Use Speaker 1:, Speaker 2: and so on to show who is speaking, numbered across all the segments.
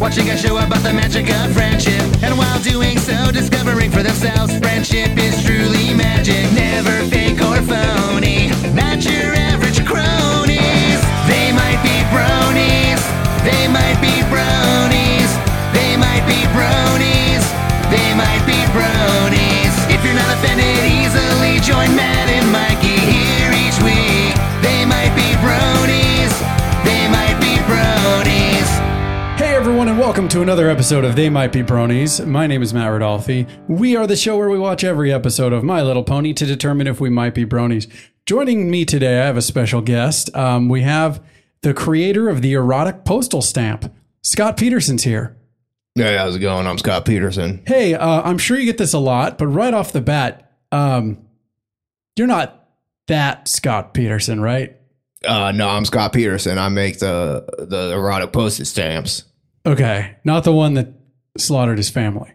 Speaker 1: Watching a show about the magic of friendship. And while doing so, discovering for themselves friendship is truly magic. Never fake or phony. Not your average cronies. They might be bronies. They might be bronies. They might be bronies. They might be bronies. If you're not offended easily, join Matt and Mikey here each week. They might be bronies. They might be bronies.
Speaker 2: Hey everyone, and welcome to another episode of They Might Be Bronies. My name is Matt Rodolfi. We are the show where we watch every episode of My Little Pony to determine if we might be bronies. Joining me today, I have a special guest. Um, we have the creator of the erotic postal stamp, Scott Peterson's here.
Speaker 3: Hey, how's it going? I'm Scott Peterson.
Speaker 2: Hey, uh, I'm sure you get this a lot, but right off the bat, um, you're not that Scott Peterson, right?
Speaker 3: Uh, no, I'm Scott Peterson. I make the the erotic postage stamps.
Speaker 2: Okay, not the one that slaughtered his family.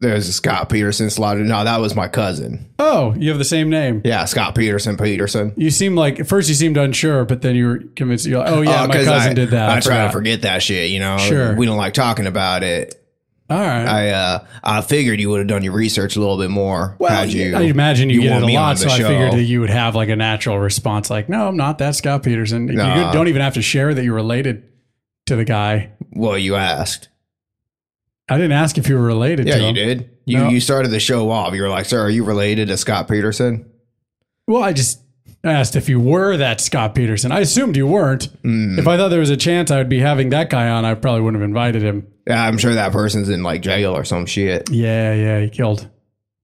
Speaker 3: There's a Scott Peterson slotted. No, that was my cousin.
Speaker 2: Oh, you have the same name.
Speaker 3: Yeah, Scott Peterson. Peterson.
Speaker 2: You seem like at first you seemed unsure, but then you were convinced. You're like, oh yeah,
Speaker 3: Uh,
Speaker 2: my
Speaker 3: 'cause
Speaker 2: cousin
Speaker 3: I,
Speaker 2: did that.
Speaker 3: I, try to
Speaker 2: forgot."
Speaker 3: forget that shit. You know,
Speaker 2: Sure.
Speaker 3: We don't like talking about it.
Speaker 2: All right.
Speaker 3: I uh, I figured you would have done your research a little bit more.
Speaker 2: well,
Speaker 3: had you,
Speaker 2: I imagine you, get
Speaker 3: want
Speaker 2: it a
Speaker 3: me on
Speaker 2: lot,
Speaker 3: the
Speaker 2: so I
Speaker 3: show.
Speaker 2: figured that you would have like a natural response, like, "No, I'm not that Scott Peterson." You
Speaker 3: Nah.
Speaker 2: don't even have to share that you're related to the guy.
Speaker 3: well, you asked.
Speaker 2: I didn't ask if you were related.
Speaker 3: Yeah,
Speaker 2: to
Speaker 3: you
Speaker 2: him.
Speaker 3: did. You
Speaker 2: No.
Speaker 3: you started the show off. You were like, "Sir, are you related to Scott Peterson?"
Speaker 2: Well, I just asked if you were that Scott Peterson. I assumed you weren't.
Speaker 3: Mm-hmm.
Speaker 2: If I thought there was a chance I would be having that guy on, I probably wouldn't have invited him.
Speaker 3: Yeah, I'm sure that person's in like jail or some shit.
Speaker 2: Yeah, yeah, he killed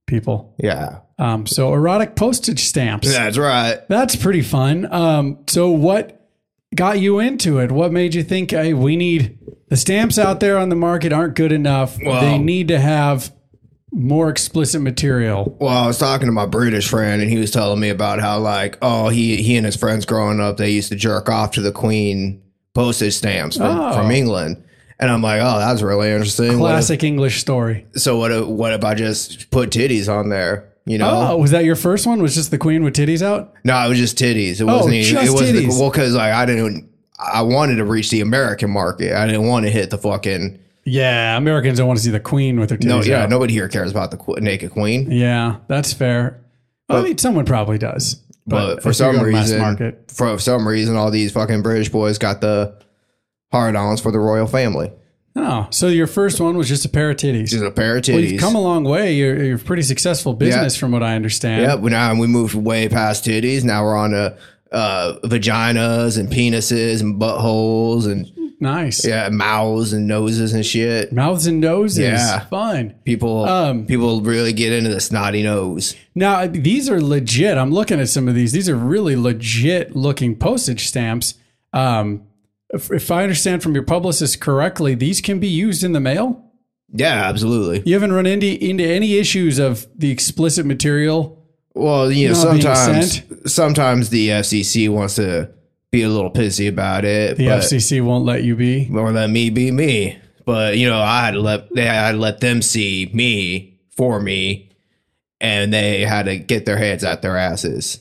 Speaker 2: people.
Speaker 3: Yeah,
Speaker 2: Um, so erotic postage stamps.
Speaker 3: that's right.
Speaker 2: That's pretty fun. Um, so what got you into it? What made you think, hey, we need the stamps out there on the market aren't good enough.
Speaker 3: Well-
Speaker 2: they need to have more explicit material.
Speaker 3: Well, I was talking to my British friend, and he was telling me about how, like, oh, he he and his friends growing up, they used to jerk off to the Queen postage stamps from,
Speaker 2: Oh.
Speaker 3: from England. And I'm like, oh, that's really interesting. What if-
Speaker 2: Classic English story.
Speaker 3: so what? If, what if I just put titties on there? You
Speaker 2: Oh,
Speaker 3: know?
Speaker 2: was that your first one? Was just the queen with titties out?
Speaker 3: No, it was just titties. It wasn't. even-
Speaker 2: Oh, just
Speaker 3: it was the,
Speaker 2: titties.
Speaker 3: well because like I didn't. I wanted to reach the American market. I didn't want to hit the fucking.
Speaker 2: Yeah, Americans don't want to see the queen with her titties
Speaker 3: No, yeah,
Speaker 2: out.
Speaker 3: nobody here cares about the qu- naked queen.
Speaker 2: Yeah, that's fair. Well, I mean, someone probably does.
Speaker 3: But, for
Speaker 2: if you're
Speaker 3: some
Speaker 2: going mass
Speaker 3: reason, for some reason, all these fucking British boys got the hard-ons for the royal family.
Speaker 2: Oh, so your first one was just a pair of titties.
Speaker 3: Just a pair of
Speaker 2: Well, you've
Speaker 3: titties.
Speaker 2: come a long way. You're, you're a pretty successful business, from what I understand.
Speaker 3: yep. well, Now we moved way past titties. Now we're on to uh, vaginas and penises and buttholes and
Speaker 2: Nice.
Speaker 3: yeah, mouths and noses and shit.
Speaker 2: Mouths and noses.
Speaker 3: Yeah.
Speaker 2: Fun.
Speaker 3: People,
Speaker 2: Um,
Speaker 3: people really get into the snotty nose.
Speaker 2: Now, these are legit. I'm looking at some of these. These are really legit looking postage stamps. Um, if, if I understand from your publicist correctly, these can be used in the mail.
Speaker 3: Yeah, absolutely.
Speaker 2: You haven't run into, into any issues of the explicit material.
Speaker 3: Well, you know,
Speaker 2: Not being
Speaker 3: sometimes
Speaker 2: sent.
Speaker 3: sometimes the FCC wants to be a little pissy about it.
Speaker 2: The
Speaker 3: but-
Speaker 2: FCC won't let you be.
Speaker 3: or let me be me. But you know, I had to let they I had to let them see me for me, and they had to get their heads out their asses.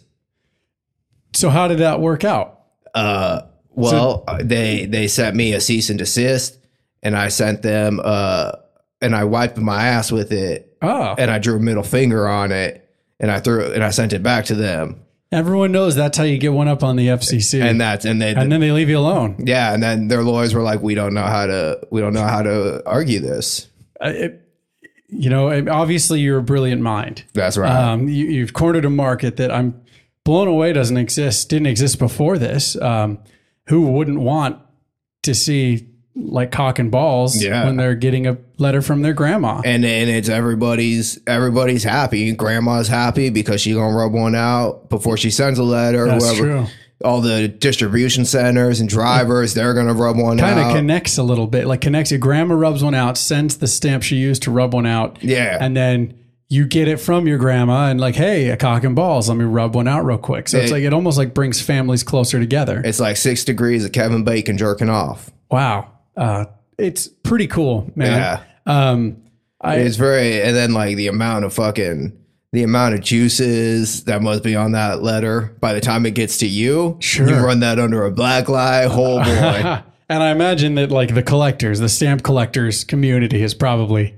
Speaker 2: So, how did that work out?
Speaker 3: Uh, well, they they sent me a cease and desist, and I sent them uh, and I wiped my ass with it,
Speaker 2: Oh,
Speaker 3: and I drew a middle finger on it, and I threw it, and I sent it back to them,
Speaker 2: everyone knows that's how you get one up on the FCC.
Speaker 3: and that's and they.
Speaker 2: and then they leave you alone.
Speaker 3: yeah, and then their lawyers were like, "We don't know how to, we don't know how to argue this."
Speaker 2: I- Uh, it, you know, I- obviously you're a brilliant mind.
Speaker 3: That's right.
Speaker 2: Um, you, you've cornered a market that I'm blown away doesn't exist, didn't exist before this. Um, who wouldn't want to see like cock and balls
Speaker 3: Yeah.
Speaker 2: when they're getting a letter from their grandma?
Speaker 3: and and it's everybody's everybody's happy. Grandma's happy because she gonna rub one out before she sends a letter.
Speaker 2: That's
Speaker 3: whoever.
Speaker 2: true.
Speaker 3: All the distribution centers and drivers, they're gonna rub one
Speaker 2: Kind of
Speaker 3: out.
Speaker 2: connects a little bit, like connects. Your grandma rubs one out, sends the stamp she used to rub one out,
Speaker 3: Yeah.
Speaker 2: and then you get it from your grandma, and like, hey, a cock and balls, let me rub one out real quick. So it's
Speaker 3: It-
Speaker 2: like it almost like brings families closer together.
Speaker 3: it's like six degrees of Kevin Bacon jerking off.
Speaker 2: Wow. Uh, it's pretty cool, man.
Speaker 3: Yeah,
Speaker 2: Um, I,
Speaker 3: it's very. And then like the amount of fucking the amount of juices that must be on that letter by the time it gets to you.
Speaker 2: Sure.
Speaker 3: you run that under a black lie. Oh boy.
Speaker 2: huh, And I imagine that like the collectors, the stamp collectors community is probably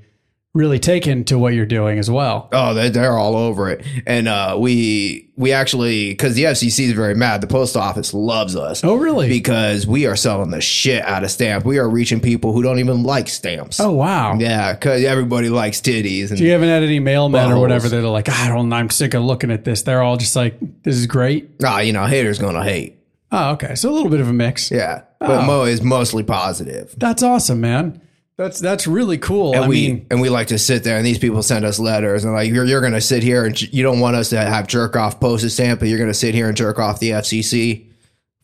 Speaker 2: really taken to what you're doing as well.
Speaker 3: Oh, they, they're all over it. And uh, we we actually because the FCC is very mad. The post office loves us.
Speaker 2: Oh, really?
Speaker 3: Because we are selling the shit out of stamps. We are reaching people who don't even like stamps.
Speaker 2: Oh wow.
Speaker 3: yeah, because everybody likes titties. And
Speaker 2: You haven't had any mailmen or
Speaker 3: Buttholes.
Speaker 2: whatever that are like, I don't I'm sick of looking at this. They're all just like, This is great.
Speaker 3: ah, you know, haters gonna hate.
Speaker 2: Oh, okay. So a little bit of a mix.
Speaker 3: Yeah, but Mo is mostly positive.
Speaker 2: That's awesome, man. That's that's really cool.
Speaker 3: And
Speaker 2: I
Speaker 3: we
Speaker 2: mean,
Speaker 3: and we like to sit there, and these people send us letters, and like you're, you're gonna sit here and j- you don't want us to have jerk off posted stamp, but you're gonna sit here and jerk off the FCC,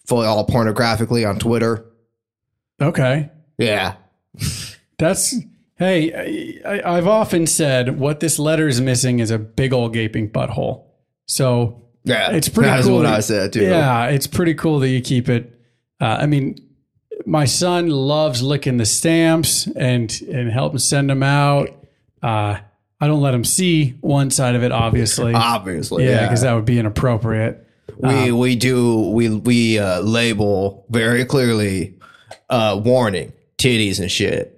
Speaker 3: fully all pornographically on Twitter.
Speaker 2: okay.
Speaker 3: Yeah,
Speaker 2: That's hey, I, I- I've often said what this letter is missing is a big old gaping butthole. So
Speaker 3: yeah,
Speaker 2: it's pretty
Speaker 3: That's
Speaker 2: cool.
Speaker 3: what
Speaker 2: that-
Speaker 3: I said too.
Speaker 2: Yeah, it's pretty cool that you keep it. Uh, I mean, my son loves licking the stamps and and helping send them out. Uh, I don't let him see one side of it, obviously.
Speaker 3: Ah, obviously.
Speaker 2: yeah, uh, because that would be inappropriate.
Speaker 3: we we do we we uh, label very clearly, uh, warning titties and shit.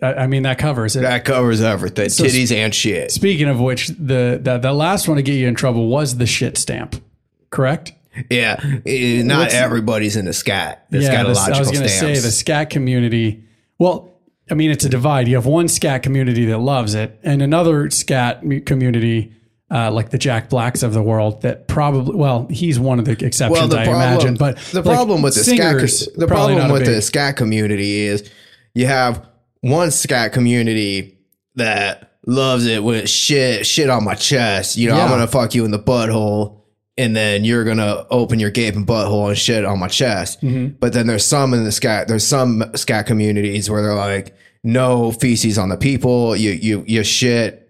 Speaker 2: I, I mean, that covers it.
Speaker 3: That covers everything. titties and shit.
Speaker 2: Speaking of which, the the, the last one to get you in trouble was the shit stamp, correct?
Speaker 3: Yeah, eh, not everybody's in the scat. It's got a
Speaker 2: this- I
Speaker 3: logical
Speaker 2: was gonna
Speaker 3: stamps.
Speaker 2: say the scat community. Well, I mean, it's a divide. You have one scat community that loves it, and another scat mu- community, uh, like the Jack Blacks of the world, that probably. Well, he's one of the exceptions, I imagine. But
Speaker 3: the
Speaker 2: like,
Speaker 3: problem with the
Speaker 2: singers,
Speaker 3: scat the
Speaker 2: probably
Speaker 3: problem
Speaker 2: not a
Speaker 3: with
Speaker 2: big-
Speaker 3: the scat community is you have one scat community that loves it with shit shit on my chest. You know, I'm
Speaker 2: Yeah.
Speaker 3: gonna fuck you in the butthole. And then you're gonna open your gaping butthole and shit on my chest.
Speaker 2: Mm-hmm.
Speaker 3: But then there's some in the scat. There's some scat communities where they're like, no feces on the people. You you you shit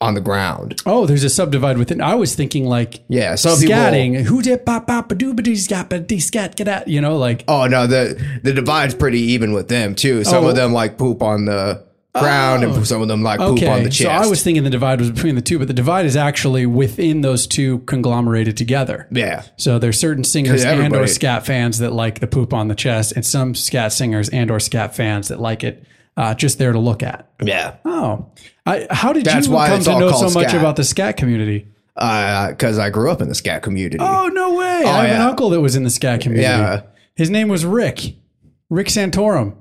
Speaker 3: on the ground.
Speaker 2: Oh, there's a subdivide within. I was thinking like
Speaker 3: Yeah, some people
Speaker 2: scatting. Who did pop pop a doo ba doo scat ba dee scat get out? You know, like
Speaker 3: Oh no, the the divide's pretty even with them too. Some
Speaker 2: Oh.
Speaker 3: of them like poop on the ground, and some of them like poop on the chest.
Speaker 2: so I was thinking the divide was between the two, but the divide is actually within those two conglomerated together.
Speaker 3: yeah,
Speaker 2: So there's certain singers and or
Speaker 3: everybody-
Speaker 2: scat fans that like the poop on the chest, and some scat singers and or scat fans that like it uh, just there to look at.
Speaker 3: yeah,
Speaker 2: Oh, I, how did
Speaker 3: That's
Speaker 2: you
Speaker 3: why
Speaker 2: come
Speaker 3: it's
Speaker 2: to
Speaker 3: all
Speaker 2: know so
Speaker 3: called
Speaker 2: much
Speaker 3: scat.
Speaker 2: about the scat community?
Speaker 3: because Uh, I grew up in the scat community.
Speaker 2: Oh no way! I have an
Speaker 3: yeah.
Speaker 2: uncle that was in the scat community.
Speaker 3: Yeah.
Speaker 2: His name was Rick, Rick Santorum.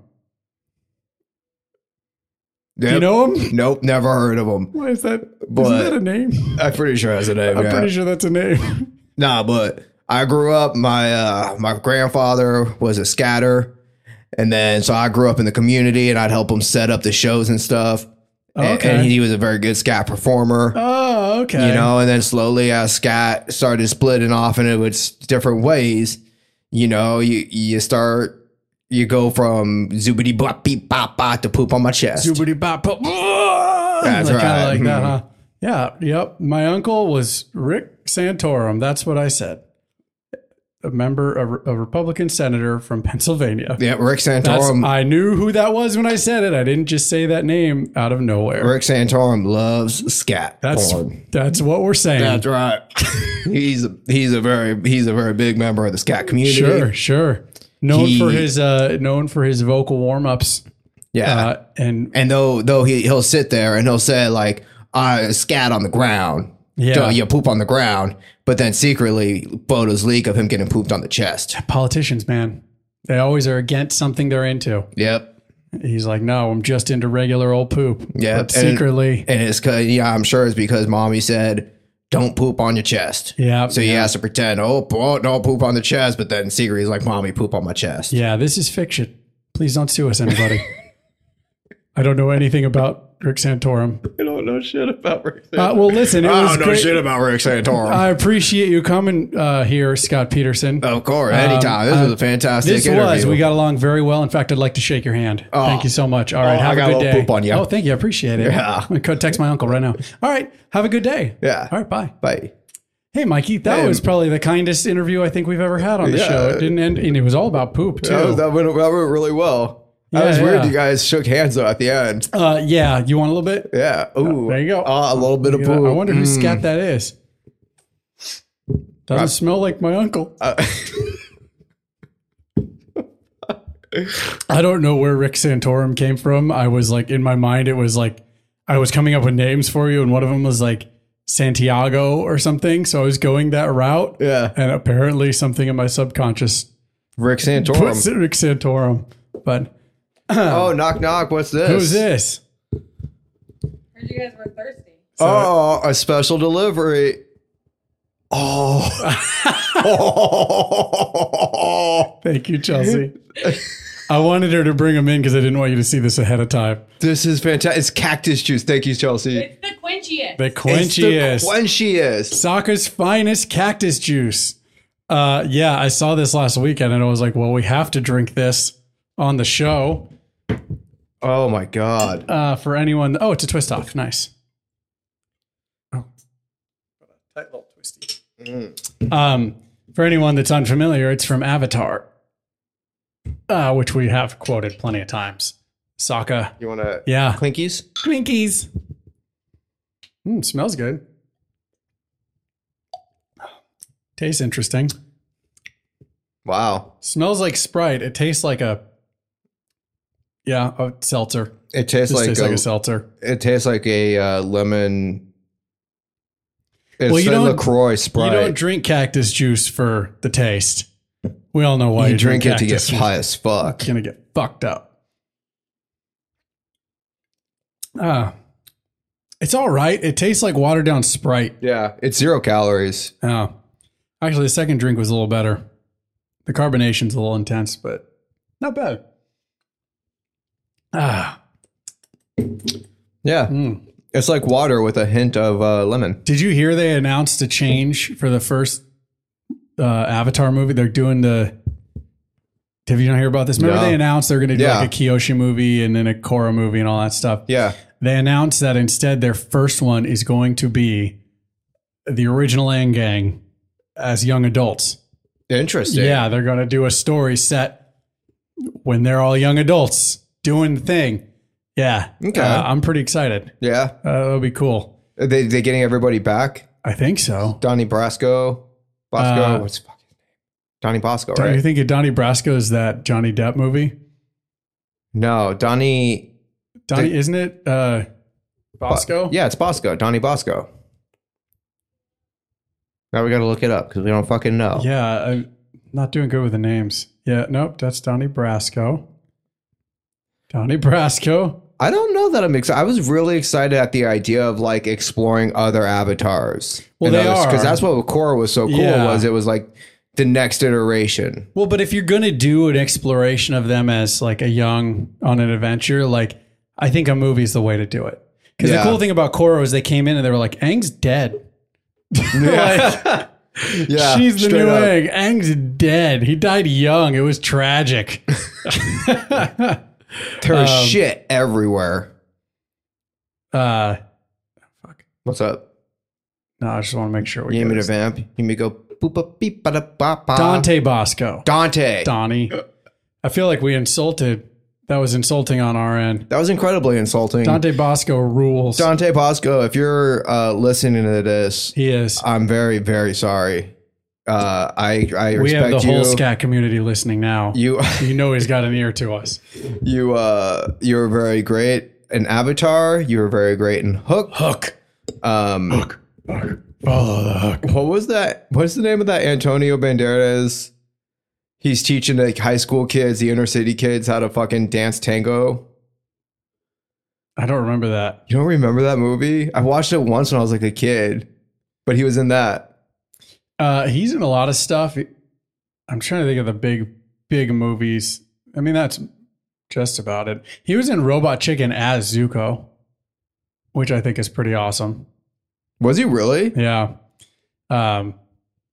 Speaker 3: Yep.
Speaker 2: You know him?
Speaker 3: Nope, never heard of them.
Speaker 2: Why is that?
Speaker 3: But-
Speaker 2: not that a name?
Speaker 3: I'm pretty sure that's a name.
Speaker 2: I'm
Speaker 3: yeah.
Speaker 2: pretty sure that's a name.
Speaker 3: Nah, but I grew up. My uh, my grandfather was a scatter, and then so I grew up in the community, and I'd help him set up the shows and stuff. And-
Speaker 2: Okay.
Speaker 3: And, he was a very good scat performer.
Speaker 2: oh, okay.
Speaker 3: you know, and then slowly as scat started splitting off into its different ways, you know, you you start you go from zoobity bop beep bop bop to poop on my chest.
Speaker 2: Zoobity bop pop. That's like, Kinda
Speaker 3: right.
Speaker 2: like
Speaker 3: Mm-hmm.
Speaker 2: that, huh? Yeah. Yep. My uncle was Rick Santorum. That's what I said. A member, a, re- a Republican senator from Pennsylvania.
Speaker 3: yeah, um, Rick
Speaker 2: That's-
Speaker 3: Santorum.
Speaker 2: I knew who that was when I said it. I didn't just say that name out of nowhere.
Speaker 3: Rick Santorum loves scat
Speaker 2: that's
Speaker 3: porn.
Speaker 2: that's what we're saying.
Speaker 3: That's right. he's he's a very he's a very big member of the scat community.
Speaker 2: sure, sure. Known
Speaker 3: He-
Speaker 2: for his uh, known for his vocal warm ups.
Speaker 3: Yeah.
Speaker 2: Uh, and
Speaker 3: and though though he he'll sit there and he'll say like I scat on the ground.
Speaker 2: Yeah.
Speaker 3: Duh, you poop on the ground, but then secretly photos leak of him getting pooped on the chest.
Speaker 2: politicians, man, they always are against something they're into.
Speaker 3: Yep.
Speaker 2: He's like, no, I'm just into regular old poop.
Speaker 3: Yeah,
Speaker 2: But
Speaker 3: and-
Speaker 2: secretly.
Speaker 3: And it's cause yeah, I'm sure it's because mommy said, Don't poop on your chest.
Speaker 2: Yeah.
Speaker 3: So he has to pretend, oh, po- oh, don't poop on the chest, but then secretly he's like, Mommy, poop on my chest.
Speaker 2: yeah, this is fiction. Please don't sue us, anybody. I don't know anything about Rick Santorum.
Speaker 3: I don't know shit about Rick
Speaker 2: Uh, well, listen, it
Speaker 3: I
Speaker 2: was
Speaker 3: don't know
Speaker 2: great.
Speaker 3: shit about Rick Santorum.
Speaker 2: I appreciate you coming uh, here, Scott Peterson.
Speaker 3: of course. Anytime. This was a fantastic
Speaker 2: um, this
Speaker 3: interview.
Speaker 2: was. We got along very well. In fact, I'd like to shake your hand. thank you so much. All right,
Speaker 3: Oh,
Speaker 2: have
Speaker 3: I
Speaker 2: a
Speaker 3: got a
Speaker 2: good
Speaker 3: little
Speaker 2: day.
Speaker 3: poop on you.
Speaker 2: Oh, thank you. I appreciate it.
Speaker 3: Yeah.
Speaker 2: I'm going to text my uncle right now. All right, have a good day.
Speaker 3: Yeah.
Speaker 2: All right, bye.
Speaker 3: Bye.
Speaker 2: Hey, Mikey, that was probably the kindest interview I think we've ever had on the
Speaker 3: Yeah.
Speaker 2: show. It didn't end, and it was all about poop too.
Speaker 3: That, was, that, went, that went really well. That
Speaker 2: Yeah,
Speaker 3: was weird.
Speaker 2: yeah.
Speaker 3: You guys shook hands though at the end.
Speaker 2: uh, yeah, you want a little bit?
Speaker 3: Yeah. Ooh.
Speaker 2: There you go.
Speaker 3: Ah, a little bit of Mm.
Speaker 2: Yeah, Mm.
Speaker 3: poop.
Speaker 2: I wonder who scat that is. Uh, Doesn't smell like my uncle. I don't know where Rick Santorum came from. I was like, in my mind, it was like, I was coming up with names for you, and one of them was like Santiago or something. So I was going that route.
Speaker 3: Yeah.
Speaker 2: And apparently, something in my subconscious
Speaker 3: Rick
Speaker 2: put
Speaker 3: Santorum.
Speaker 2: Rick Santorum. But
Speaker 3: Oh, knock knock. What's this?
Speaker 2: who's this?
Speaker 4: Heard you guys were thirsty.
Speaker 3: Oh,
Speaker 2: Uh,
Speaker 3: a special delivery. Oh.
Speaker 2: Thank you, Chelsea. I wanted her to bring him in because I didn't want you to see this ahead of time.
Speaker 3: this is fantastic. It's cactus juice. Thank you, Chelsea.
Speaker 4: It's the quenchiest.
Speaker 2: The
Speaker 3: It's the
Speaker 2: quenchiest.
Speaker 3: Quenchiest.
Speaker 2: Soccer's finest cactus juice. Uh, yeah, I saw this last weekend and I was like, well, we have to drink this on the show
Speaker 3: Oh my god.
Speaker 2: uh, for anyone. Oh, it's a twist off. Nice. Oh, tight little twisty. Um, for anyone that's unfamiliar, it's from Avatar, uh, which we have quoted plenty of times. Sokka.
Speaker 3: You want to
Speaker 2: Yeah.
Speaker 3: clinkies?
Speaker 2: Clinkies. Mm, smells good. Tastes interesting.
Speaker 3: Wow.
Speaker 2: Smells like Sprite. It tastes like a yeah, a seltzer.
Speaker 3: It tastes
Speaker 2: This
Speaker 3: like,
Speaker 2: tastes
Speaker 3: a,
Speaker 2: like a seltzer.
Speaker 3: it tastes like a uh, lemon. It's
Speaker 2: Well, you
Speaker 3: a
Speaker 2: don't-
Speaker 3: Lacroix
Speaker 2: You don't
Speaker 3: Sprite.
Speaker 2: drink cactus juice for the taste. We all know why
Speaker 3: You,
Speaker 2: you,
Speaker 3: drink it to get
Speaker 2: cactus juice.
Speaker 3: high as fuck.
Speaker 2: You're gonna get fucked up. Ah, it's all right. It tastes like watered down Sprite.
Speaker 3: Yeah, it's zero calories.
Speaker 2: Oh, actually, the second drink was a little better. The carbonation's a little intense, but not bad. Ah,
Speaker 3: Yeah,
Speaker 2: Hmm.
Speaker 3: it's like water with a hint of uh, lemon.
Speaker 2: did you hear they announced a change for the first uh, Avatar movie? They're doing the. Have you not hear about this? Remember
Speaker 3: No.
Speaker 2: they announced they're going to do
Speaker 3: Yeah.
Speaker 2: like a Kyoshi movie and then a Korra movie and all that stuff.
Speaker 3: Yeah,
Speaker 2: They announced that instead their first one is going to be the original Aang gang as young adults.
Speaker 3: interesting.
Speaker 2: Yeah, they're going to do a story set when they're all young adults doing the thing. Yeah.
Speaker 3: Okay.
Speaker 2: Uh, I'm pretty excited.
Speaker 3: yeah.
Speaker 2: Uh, that'll be cool.
Speaker 3: Are they they getting everybody back.
Speaker 2: I think so.
Speaker 3: Donnie Brasco, Bosco.
Speaker 2: Uh,
Speaker 3: what's his fucking name? Donnie Bosco,
Speaker 2: Don't
Speaker 3: right?
Speaker 2: you think of Donnie Brasco is that Johnny Depp movie?
Speaker 3: no, Donnie
Speaker 2: Donnie, isn't it? Uh, Bosco?
Speaker 3: yeah, it's Bosco. Donnie Bosco. Now we got to look it up because we don't fucking know.
Speaker 2: Yeah. I'm not doing good with the names. Yeah. Nope. That's Donnie Brasco. Donnie Brasco.
Speaker 3: I don't know that I'm excited. I was really excited at the idea of like exploring other avatars.
Speaker 2: Well, they are.
Speaker 3: because that's what Korra was so cool
Speaker 2: Yeah.
Speaker 3: was it was like the next iteration.
Speaker 2: Well, but if you're going to do an exploration of them as like a young on an adventure, like I think a movie is the way to do it. Because
Speaker 3: Yeah.
Speaker 2: the cool thing about Korra is they came in and they were like, Aang's dead. like,
Speaker 3: Yeah,
Speaker 2: she's the
Speaker 3: straight
Speaker 2: new
Speaker 3: up.
Speaker 2: Aang. Aang's dead. He died young. It was tragic.
Speaker 3: There's
Speaker 2: Um,
Speaker 3: shit everywhere.
Speaker 2: uh,
Speaker 3: What's up?
Speaker 2: no, I just want to make sure we
Speaker 3: You need
Speaker 2: get
Speaker 3: me
Speaker 2: this.
Speaker 3: to vamp? You need me to go boop a beep ba da ba ba?
Speaker 2: Dante Bosco.
Speaker 3: Dante.
Speaker 2: Donnie. I feel like we insulted. That was insulting on our end.
Speaker 3: That was incredibly insulting. Dante,
Speaker 2: Dante Bosco rules.
Speaker 3: Bosco, if you're uh, listening to this,
Speaker 2: he is.
Speaker 3: I'm very, very sorry. Uh, I I
Speaker 2: we have
Speaker 3: respect
Speaker 2: the
Speaker 3: you.
Speaker 2: whole scat community listening now.
Speaker 3: you
Speaker 2: you know he's got an ear to us.
Speaker 3: you uh you were very great in Avatar. You were very great in Hook.
Speaker 2: Hook.
Speaker 3: Um,
Speaker 2: Follow the hook.
Speaker 3: what was that? What's the name of that Antonio Banderas? He's teaching like high school kids, the inner city kids, how to fucking dance tango.
Speaker 2: I don't remember that.
Speaker 3: You don't remember that movie? I watched it once when I was like a kid, but he was in that.
Speaker 2: Uh, he's in a lot of stuff. I'm trying to think of the big, big movies. I mean, that's just about it. He was in Robot Chicken as Zuko, which I think is pretty awesome.
Speaker 3: Was he really?
Speaker 2: Yeah. Um,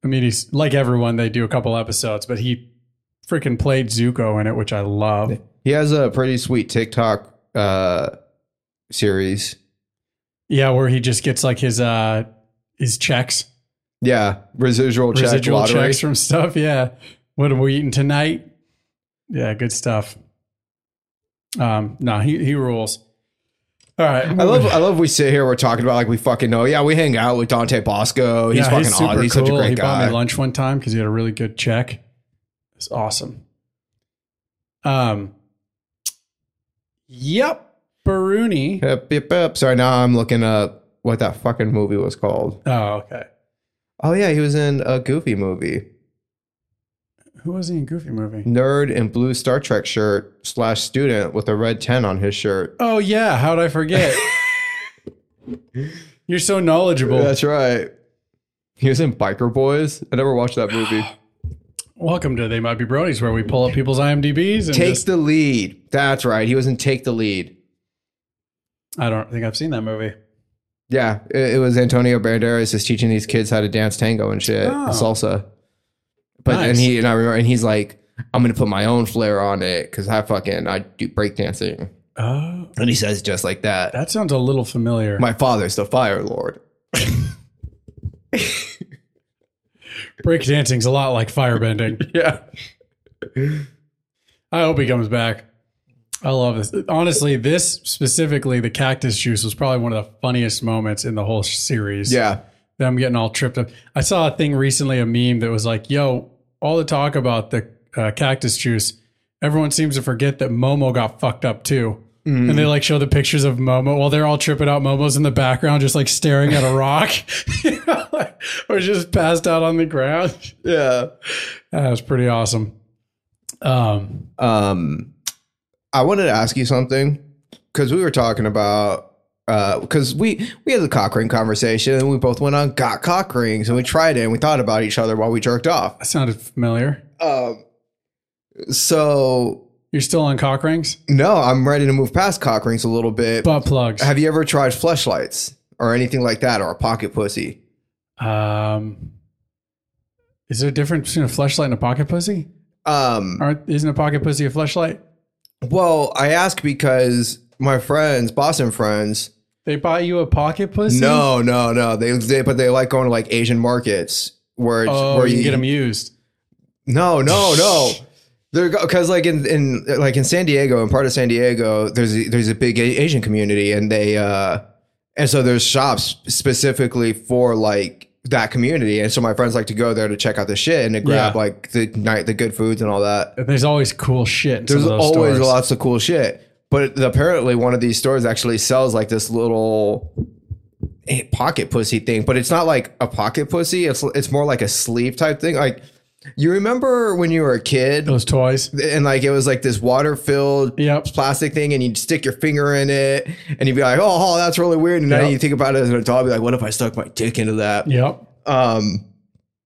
Speaker 2: I mean, he's like everyone, they do a couple episodes, but he freaking played Zuko in it, which I love.
Speaker 3: He has a pretty sweet TikTok uh, series.
Speaker 2: Yeah, where he just gets like his uh his checks.
Speaker 3: Yeah, residual check
Speaker 2: residual
Speaker 3: lottery.
Speaker 2: checks from stuff. Yeah. What are we eating tonight? Yeah, good stuff. Um, no, he he rules. All right.
Speaker 3: I love I love we sit here we're talking about like we fucking know. Yeah, we hang out with Dante Bosco. He's
Speaker 2: Yeah,
Speaker 3: fucking awesome. He's such a great
Speaker 2: he bought me
Speaker 3: guy.
Speaker 2: lunch one time because he had a really good check. It's awesome. Um, yep, Baruni.
Speaker 3: Yep, yep, yep. Sorry, now I'm looking up what that fucking movie was called.
Speaker 2: Oh, okay.
Speaker 3: Oh yeah, he was in a Goofy movie.
Speaker 2: Who was he in Goofy movie?
Speaker 3: Nerd in blue Star Trek shirt slash student with a red ten on his shirt.
Speaker 2: Oh yeah, how'd I forget? You're so knowledgeable.
Speaker 3: That's right. He was in Biker Boys. I never watched that movie.
Speaker 2: Welcome to They Might Be Bronies, where we pull up people's IMDb's and
Speaker 3: Take
Speaker 2: just-
Speaker 3: the lead. That's right. He was in Take the Lead.
Speaker 2: I don't think I've seen that movie.
Speaker 3: Yeah, it, it was Antonio Banderas is teaching these kids how to dance tango and shit, and
Speaker 2: Oh.
Speaker 3: salsa. But
Speaker 2: Nice.
Speaker 3: and he and I remember and he's like, I'm gonna put my own flair on it because I fucking I do breakdancing.
Speaker 2: Oh,
Speaker 3: And he says just like that.
Speaker 2: that sounds a little familiar.
Speaker 3: My father's the fire lord.
Speaker 2: Breakdancing's a lot like firebending.
Speaker 3: Yeah.
Speaker 2: I hope he comes back. I love this. Honestly, this specifically, the cactus juice was probably one of the funniest moments in the whole series.
Speaker 3: Yeah.
Speaker 2: that I'm getting all tripped up. I saw a thing recently, a meme that was like, "Yo, all the talk about the uh, cactus juice, everyone seems to forget that Momo got fucked up too."
Speaker 3: Mm.
Speaker 2: And they like show the pictures of Momo while they're all tripping out. Momo's in the background, just like staring at a rock, you know, like, or just passed out on the ground.
Speaker 3: Yeah.
Speaker 2: That was pretty awesome. Um,
Speaker 3: Um I wanted to ask you something. Cause we were talking about uh, because we we had the cock ring conversation and we both went on got cock rings and we tried it and we thought about each other while we jerked off.
Speaker 2: that sounded familiar.
Speaker 3: Um, so
Speaker 2: You're still on cock rings,
Speaker 3: No, I'm ready to move past cock rings a little bit.
Speaker 2: butt plugs.
Speaker 3: Have you ever tried fleshlights or anything like that or a pocket pussy?
Speaker 2: Um, is there a difference between a fleshlight and a pocket pussy?
Speaker 3: Um,
Speaker 2: Aren't isn't a pocket pussy a fleshlight?
Speaker 3: well, I ask because my friends, Boston friends,
Speaker 2: They bought you a pocket pussy?
Speaker 3: no, no, no, they, they but they like going to like Asian markets where it's-
Speaker 2: Oh,
Speaker 3: where
Speaker 2: you, can get them used.
Speaker 3: No, no, no. They're because like in, in like in San Diego, in part of San Diego, there's a, there's a big A- Asian community, and they uh and so there's shops specifically for like that community, and so my friends like to go there to check out the shit and to grab
Speaker 2: Yeah.
Speaker 3: like the night the good foods and all that.
Speaker 2: There's always cool shit. In
Speaker 3: There's
Speaker 2: some of those
Speaker 3: always
Speaker 2: stores.
Speaker 3: lots of cool shit, but apparently one of these stores actually sells like this little eh, pocket pussy thing, but it's not like a pocket pussy. It's it's more like a sleeve type thing. Like you remember when you were a kid
Speaker 2: Those toys.
Speaker 3: and like it was like this water filled
Speaker 2: Yep.
Speaker 3: plastic thing, and you'd stick your finger in it, and you'd be like, "Oh, oh, that's really weird." And now
Speaker 2: Yep.
Speaker 3: you think about it as an adult, I'd be like, "What if I stuck my dick into that?"
Speaker 2: Yep.
Speaker 3: Um,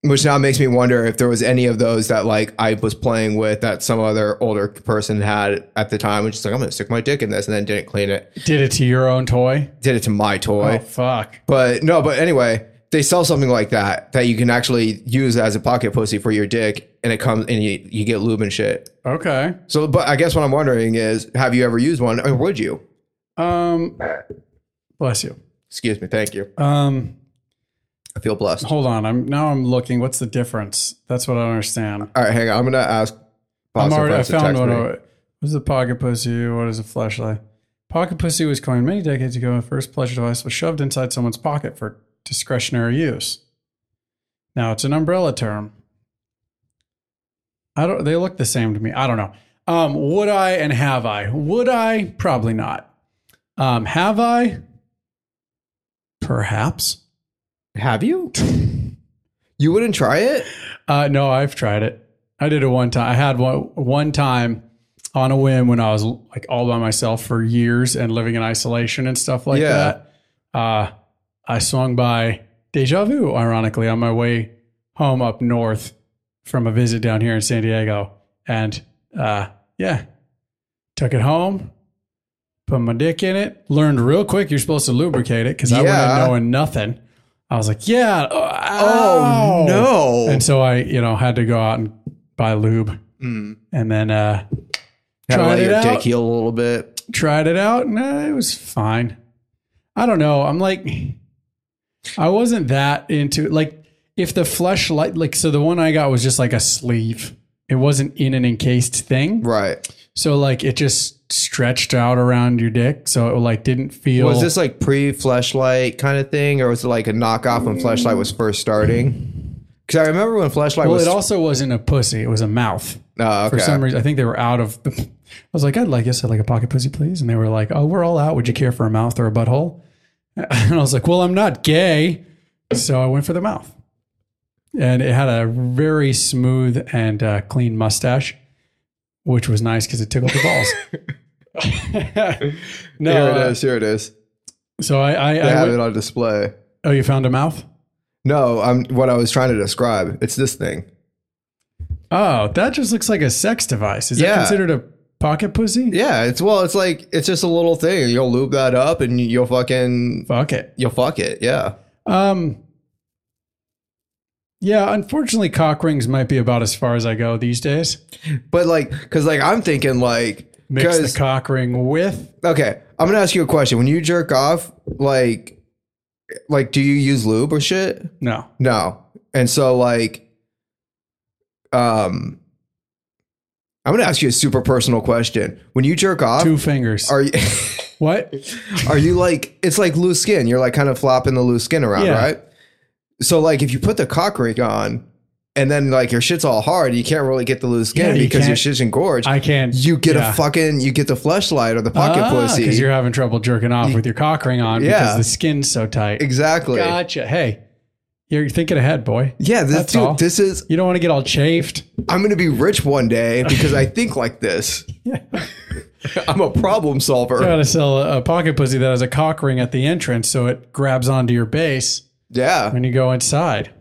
Speaker 3: which now makes me wonder if there was any of those that like I was playing with that some other older person had at the time, which is like, "I'm gonna stick my dick in this," and then didn't clean it,
Speaker 2: Did it to your own toy?
Speaker 3: did it to my toy.
Speaker 2: Oh fuck.
Speaker 3: But no, but anyway, they sell something like that that you can actually use as a pocket pussy for your dick, and it comes and you, you get lube and shit.
Speaker 2: Okay.
Speaker 3: So, but I guess what I'm wondering is, have you ever used one, or would you?
Speaker 2: Um bless you.
Speaker 3: Excuse me. Thank you.
Speaker 2: Um
Speaker 3: I feel blessed.
Speaker 2: hold on. I'm now I'm looking. What's the difference? That's what I don't understand.
Speaker 3: All right, hang on. I'm gonna ask.
Speaker 2: I'm
Speaker 3: Boston
Speaker 2: already, I
Speaker 3: friends to
Speaker 2: found
Speaker 3: text
Speaker 2: what
Speaker 3: me.
Speaker 2: I- What's the pocket pussy? What is a flashlight? Pocket pussy was coined many decades ago. The first pleasure device was shoved inside someone's pocket for discretionary use. Now it's an umbrella term. I don't. They look the same to me. I don't know. Um, would I and have I? Would I? Probably not. Um, have I? Perhaps.
Speaker 3: Have you? You wouldn't try it?
Speaker 2: Uh, no, I've tried it. I did it one time. I had one one time on a whim when I was like all by myself for years and living in isolation and stuff like
Speaker 3: Yeah.
Speaker 2: that. Uh, I swung by Deja Vu, ironically, on my way home up north from a visit down here in San Diego, and uh, yeah, took it home. Put my dick in it. Learned real quick you're supposed to lubricate it because I
Speaker 3: Yeah.
Speaker 2: wasn't knowing nothing. I was like, yeah. Oh, ow.
Speaker 3: Oh no!
Speaker 2: And so I, you know, had to go out and buy lube
Speaker 3: Mm.
Speaker 2: and then uh
Speaker 3: Had to
Speaker 2: tried
Speaker 3: let
Speaker 2: it
Speaker 3: your
Speaker 2: out.
Speaker 3: dick heal a little bit.
Speaker 2: tried it out and uh, it was fine. I don't know. I'm like I wasn't that into like if the fleshlight like so the one I got was just like a sleeve. It wasn't in an encased thing.
Speaker 3: Right.
Speaker 2: So like it just stretched out around your dick so it like didn't feel
Speaker 3: Was this like pre fleshlight kind of thing, or was it like a knockoff when fleshlight was first starting? Because I remember when fleshlight
Speaker 2: Well,
Speaker 3: was.
Speaker 2: it also wasn't a pussy, it was a mouth.
Speaker 3: Oh, okay.
Speaker 2: for some reason. I think they were out of. The, I was like, I'd like yes, I'd like a pocket pussy, please. And they were like, Oh, we're all out. Would you care for a mouth or a butthole? And I was like, Well, I'm not gay, so I went for the mouth. And it had a very smooth and uh, clean mustache, which was nice because it tickled the balls. no,
Speaker 3: here
Speaker 2: uh,
Speaker 3: it is. Here it is.
Speaker 2: so I, I,
Speaker 3: They
Speaker 2: I
Speaker 3: have
Speaker 2: went-
Speaker 3: it on display.
Speaker 2: oh, you found a mouth.
Speaker 3: No, I'm what I was trying to describe. It's this thing.
Speaker 2: Oh, that just looks like a sex device. Is that
Speaker 3: Yeah.
Speaker 2: considered a pocket pussy?
Speaker 3: Yeah, it's well, it's like it's just a little thing. You'll lube that up and you'll fucking
Speaker 2: Fuck it.
Speaker 3: you'll fuck it. Yeah.
Speaker 2: Um, yeah, unfortunately, cock rings might be about as far as I go these days.
Speaker 3: But like, cause like I'm thinking like,
Speaker 2: Mix the
Speaker 3: cause-
Speaker 2: cock ring with.
Speaker 3: okay, I'm gonna ask you a question. When you jerk off, like, like do you use lube or shit?
Speaker 2: No.
Speaker 3: No. And so like, um, I'm gonna ask you a super personal question. When you jerk off,
Speaker 2: Two fingers.
Speaker 3: are you?
Speaker 2: what?
Speaker 3: Are you like it's like loose skin? You're like kind of flopping the loose skin around,
Speaker 2: Yeah.
Speaker 3: right? So like if you put the cock ring on and then like your shit's all hard, you can't really get the loose
Speaker 2: Yeah,
Speaker 3: skin
Speaker 2: you
Speaker 3: because your
Speaker 2: can't-
Speaker 3: shit's engorged.
Speaker 2: I can't.
Speaker 3: you get
Speaker 2: yeah.
Speaker 3: a fucking you get the fleshlight or the pocket pussy.
Speaker 2: Because you're having trouble jerking off with your cock ring on because
Speaker 3: Yeah.
Speaker 2: the skin's so tight.
Speaker 3: exactly.
Speaker 2: Gotcha. Hey, you're thinking ahead, boy.
Speaker 3: Yeah, this
Speaker 2: That's
Speaker 3: dude,
Speaker 2: all.
Speaker 3: this is
Speaker 2: You don't want to get all chafed.
Speaker 3: I'm gonna be rich one day because I think like this. I'm a problem solver.
Speaker 2: You gotta sell a, a pocket pussy that has a cock ring at the entrance so it grabs onto your base
Speaker 3: Yeah.
Speaker 2: when you go inside.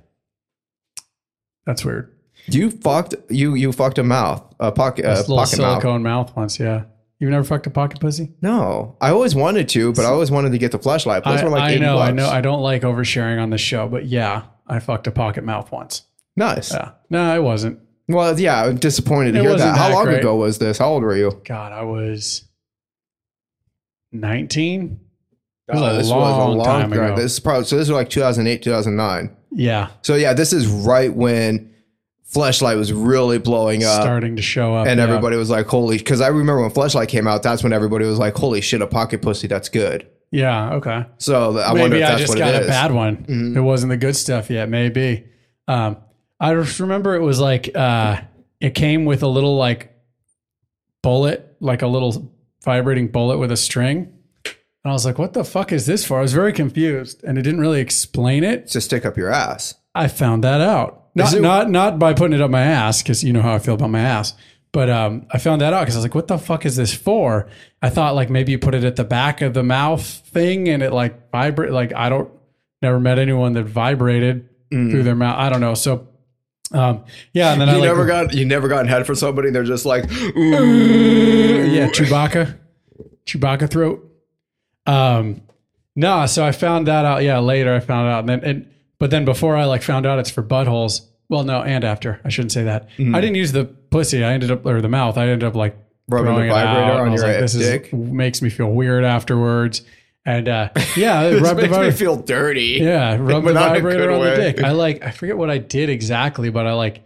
Speaker 2: That's weird.
Speaker 3: You fucked you you fucked a mouth, a pocket a
Speaker 2: This little
Speaker 3: pocket mouth.
Speaker 2: silicone mouth. once, yeah. You've never fucked a pocket pussy?
Speaker 3: No, I always wanted to, but I always wanted to get the flashlight. Those
Speaker 2: I,
Speaker 3: were like
Speaker 2: I
Speaker 3: 80
Speaker 2: know, I
Speaker 3: bucks.
Speaker 2: know. I don't like oversharing on this show, but yeah, I fucked a pocket mouth once.
Speaker 3: Nice.
Speaker 2: Yeah. No, I wasn't.
Speaker 3: Well, yeah, I'm disappointed to
Speaker 2: It
Speaker 3: hear
Speaker 2: wasn't
Speaker 3: that. How
Speaker 2: that
Speaker 3: long
Speaker 2: great.
Speaker 3: ago was this? How old were you?
Speaker 2: God, I was 19. It was
Speaker 3: Oh,
Speaker 2: a long time ago.
Speaker 3: This is probably so. This was like 2008, 2009.
Speaker 2: Yeah.
Speaker 3: So yeah, this is right when Fleshlight was really blowing up,
Speaker 2: starting to show up.
Speaker 3: Uh, and
Speaker 2: yeah.
Speaker 3: everybody was like, "Holy!" Because I remember when Fleshlight came out, that's when everybody was like, "Holy shit, a pocket pussy, that's good."
Speaker 2: Yeah. Okay.
Speaker 3: So th- I wonder
Speaker 2: maybe
Speaker 3: if
Speaker 2: I
Speaker 3: that's
Speaker 2: just
Speaker 3: what
Speaker 2: got
Speaker 3: it
Speaker 2: a
Speaker 3: is. Mm-hmm.
Speaker 2: bad one. It wasn't the good stuff yet. Maybe. Um, I just remember it was like uh, it came with a little like bullet, like a little vibrating bullet with a string, and I was like, "What the fuck is this for?" I was very confused, and it didn't really explain it.
Speaker 3: It's to stick up your ass.
Speaker 2: I found that out not
Speaker 3: Is it-
Speaker 2: not not by putting it up my ass because you know how I feel about my ass. But um, I found that out because I was like, "What the fuck is this for?" I thought like maybe you put it at the back of the mouth thing and it like vibrate. Like I don't never met anyone that vibrated through their mouth. I don't know. So um, yeah, and then I
Speaker 3: Mm. you
Speaker 2: like,
Speaker 3: never got you never gotten head for somebody. They're just like, "Ooh."
Speaker 2: yeah, Chewbacca, Chewbacca throat. Um, nah, so I found that out. Yeah, later I found out, and then and but then before I like found out it's for buttholes. Well, no, and after I shouldn't say that.
Speaker 3: Mm.
Speaker 2: I didn't use the pussy. I ended up or the mouth. I ended up like
Speaker 3: Rubbing the
Speaker 2: throwing it
Speaker 3: vibrator
Speaker 2: out,
Speaker 3: on
Speaker 2: and I was
Speaker 3: your
Speaker 2: like, this
Speaker 3: dick?
Speaker 2: Is, makes me feel weird afterwards. And uh, yeah,
Speaker 3: this
Speaker 2: rub the
Speaker 3: makes me
Speaker 2: vibrator.
Speaker 3: feel dirty.
Speaker 2: Yeah, rub the
Speaker 3: but not in a
Speaker 2: vibrator
Speaker 3: good
Speaker 2: on the
Speaker 3: way.
Speaker 2: dick. I like I forget what I did exactly, but I like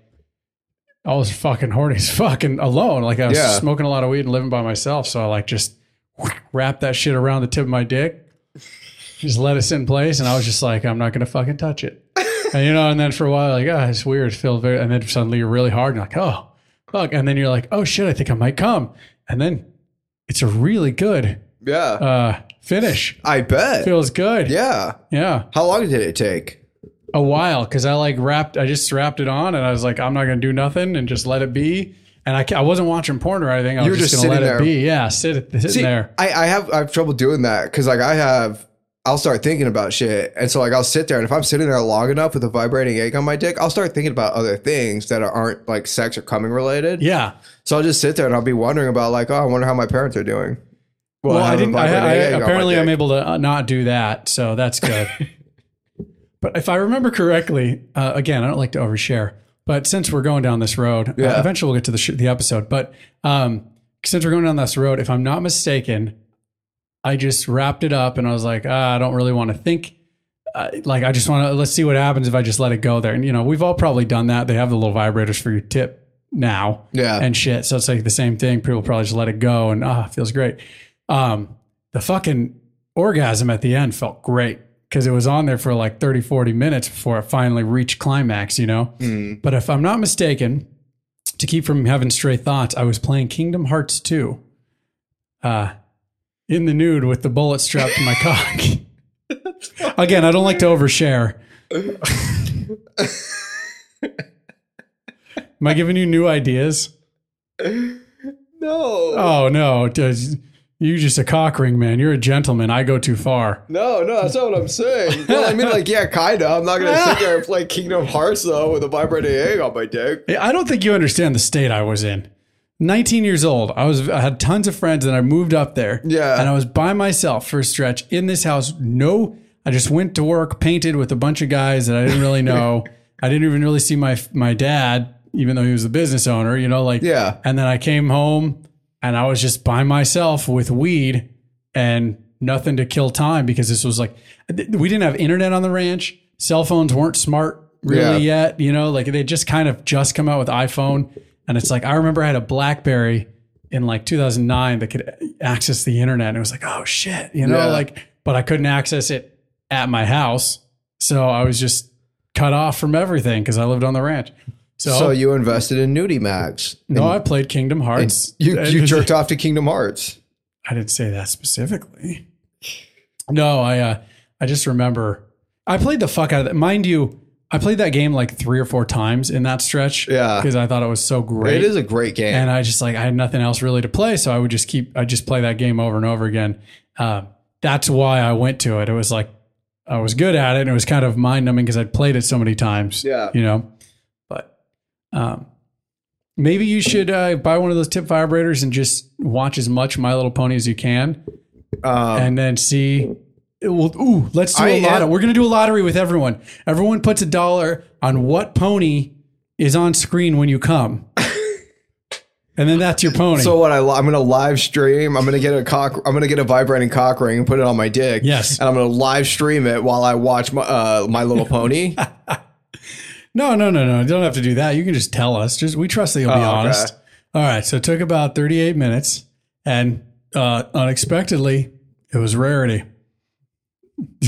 Speaker 2: I was fucking horny as fucking alone. Like I was
Speaker 3: Yeah.
Speaker 2: smoking a lot of weed and living by myself, so I like just wrap that shit around the tip of my dick, just let it sit in place, and I was just like, I'm not gonna fucking touch it. And you know, and then for a while, like, ah, it's weird, it feel very, and then suddenly you're really hard, and like, oh, fuck, and then you're like, oh shit, I think I might come, and then it's a really good
Speaker 3: Yeah,
Speaker 2: uh, finish.
Speaker 3: I bet.
Speaker 2: Feels good.
Speaker 3: yeah.
Speaker 2: Yeah.
Speaker 3: How long did it take?
Speaker 2: a while because I like wrapped, I just wrapped it on and I was like, I'm not going to do nothing and just let it be. And I, ca- I wasn't watching porn or anything. I was
Speaker 3: You were
Speaker 2: just,
Speaker 3: just
Speaker 2: going to let
Speaker 3: sitting
Speaker 2: it be. Yeah, sit, sitting
Speaker 3: See,
Speaker 2: there.
Speaker 3: I, I have I have trouble doing that because like I have I'll start thinking about shit, and so like I'll sit there, and if I'm sitting there long enough with a vibrating egg on my dick, I'll start thinking about other things that aren't like sex or coming related.
Speaker 2: Yeah.
Speaker 3: So I'll just sit there and I'll be wondering about like, oh, I wonder how my parents are doing.
Speaker 2: Well, I
Speaker 3: have a
Speaker 2: didn't. I,
Speaker 3: vibrating
Speaker 2: I,
Speaker 3: egg on my
Speaker 2: apparently,
Speaker 3: dick.
Speaker 2: I'm able to uh, not do that, so that's good. but if I remember correctly, uh, again, I don't like to overshare. But since we're going down this road, uh,
Speaker 3: Yeah.
Speaker 2: eventually we'll get to the sh- the episode. But um, since we're going down this road, if I'm not mistaken, I just wrapped it up and I was like, ah, I don't really want to think. Uh, like I just want to let's see what happens if I just let it go there. And you know, we've all probably done that. They have the little vibrators for your tip now
Speaker 3: Yeah.
Speaker 2: and shit. So it's like the same thing. People probably just let it go and ah, it feels great. Um, the fucking orgasm at the end felt great because it was on there for like 30, 40 minutes before it finally reached climax, you know? But if I'm not mistaken, to keep from having stray thoughts, I was playing Kingdom Hearts 2 uh, in the nude with the bullet strapped to my cock. Again, I don't like to overshare. Am I giving you new ideas?
Speaker 3: No,
Speaker 2: Oh, no. does- You just a cock ring, man. You're a gentleman. I go too far.
Speaker 3: no, no. That's not what I'm saying. Well, I mean, like, yeah, kinda. I'm not gonna sit there and play Kingdom Hearts though with a vibrating egg on my dick.
Speaker 2: I don't think you understand the state I was in. 19 years old. I was I had tons of friends and I moved up there.
Speaker 3: Yeah.
Speaker 2: And I was by myself for a stretch in this house. No, I just went to work, painted with a bunch of guys that I didn't really know. I didn't even really see my my dad, even though he was a business owner, you know, like
Speaker 3: Yeah.
Speaker 2: And then I came home and I was just by myself with weed and nothing to kill time because this was like th- we didn't have internet on the ranch. Cell phones weren't smart really
Speaker 3: Yeah.
Speaker 2: yet, you know, like they just kind of just come out with iPhone and it's like I remember I had a BlackBerry in like 2009 that could access the internet and it was like oh shit, you know,
Speaker 3: Yeah.
Speaker 2: like but I couldn't access it at my house. So I was just cut off from everything cuz I lived on the ranch. So,
Speaker 3: So you invested in Nudie Max.
Speaker 2: no, I played Kingdom Hearts.
Speaker 3: You you jerked off to Kingdom Hearts.
Speaker 2: I didn't say that specifically. No, I uh, I just remember I played the fuck out of that. Mind you, I played that game like three or four times in that stretch.
Speaker 3: Yeah.
Speaker 2: Because I thought it was so great.
Speaker 3: It is a great game.
Speaker 2: And I just like I had nothing else really to play, so I would just keep I just play that game over and over again. Um, that's why I went to it. It was like I was good at it, and it was kind of mind numbing because I'd played it so many times.
Speaker 3: Yeah.
Speaker 2: you know. But um, maybe you should uh, buy one of those tip vibrators and just watch as much My Little Pony as you can,
Speaker 3: Um,
Speaker 2: and then see. it will- ooh, let's do
Speaker 3: I
Speaker 2: a
Speaker 3: am-
Speaker 2: lottery. We're gonna do a lottery with everyone. Everyone puts a dollar on what pony is on screen when you come. And then that's your pony.
Speaker 3: So what I li- I'm gonna live stream. I'm gonna get a cock. I'm gonna get a vibrating cock ring and put it on my dick.
Speaker 2: Yes.
Speaker 3: And I'm gonna live stream it while I watch my uh, My Little Pony.
Speaker 2: No, no, no, no. You don't have to do that. You can just tell us. Just we trust that you'll be
Speaker 3: Oh, okay.
Speaker 2: honest. All right. So it took about 38 minutes, and uh, unexpectedly, it was rarity.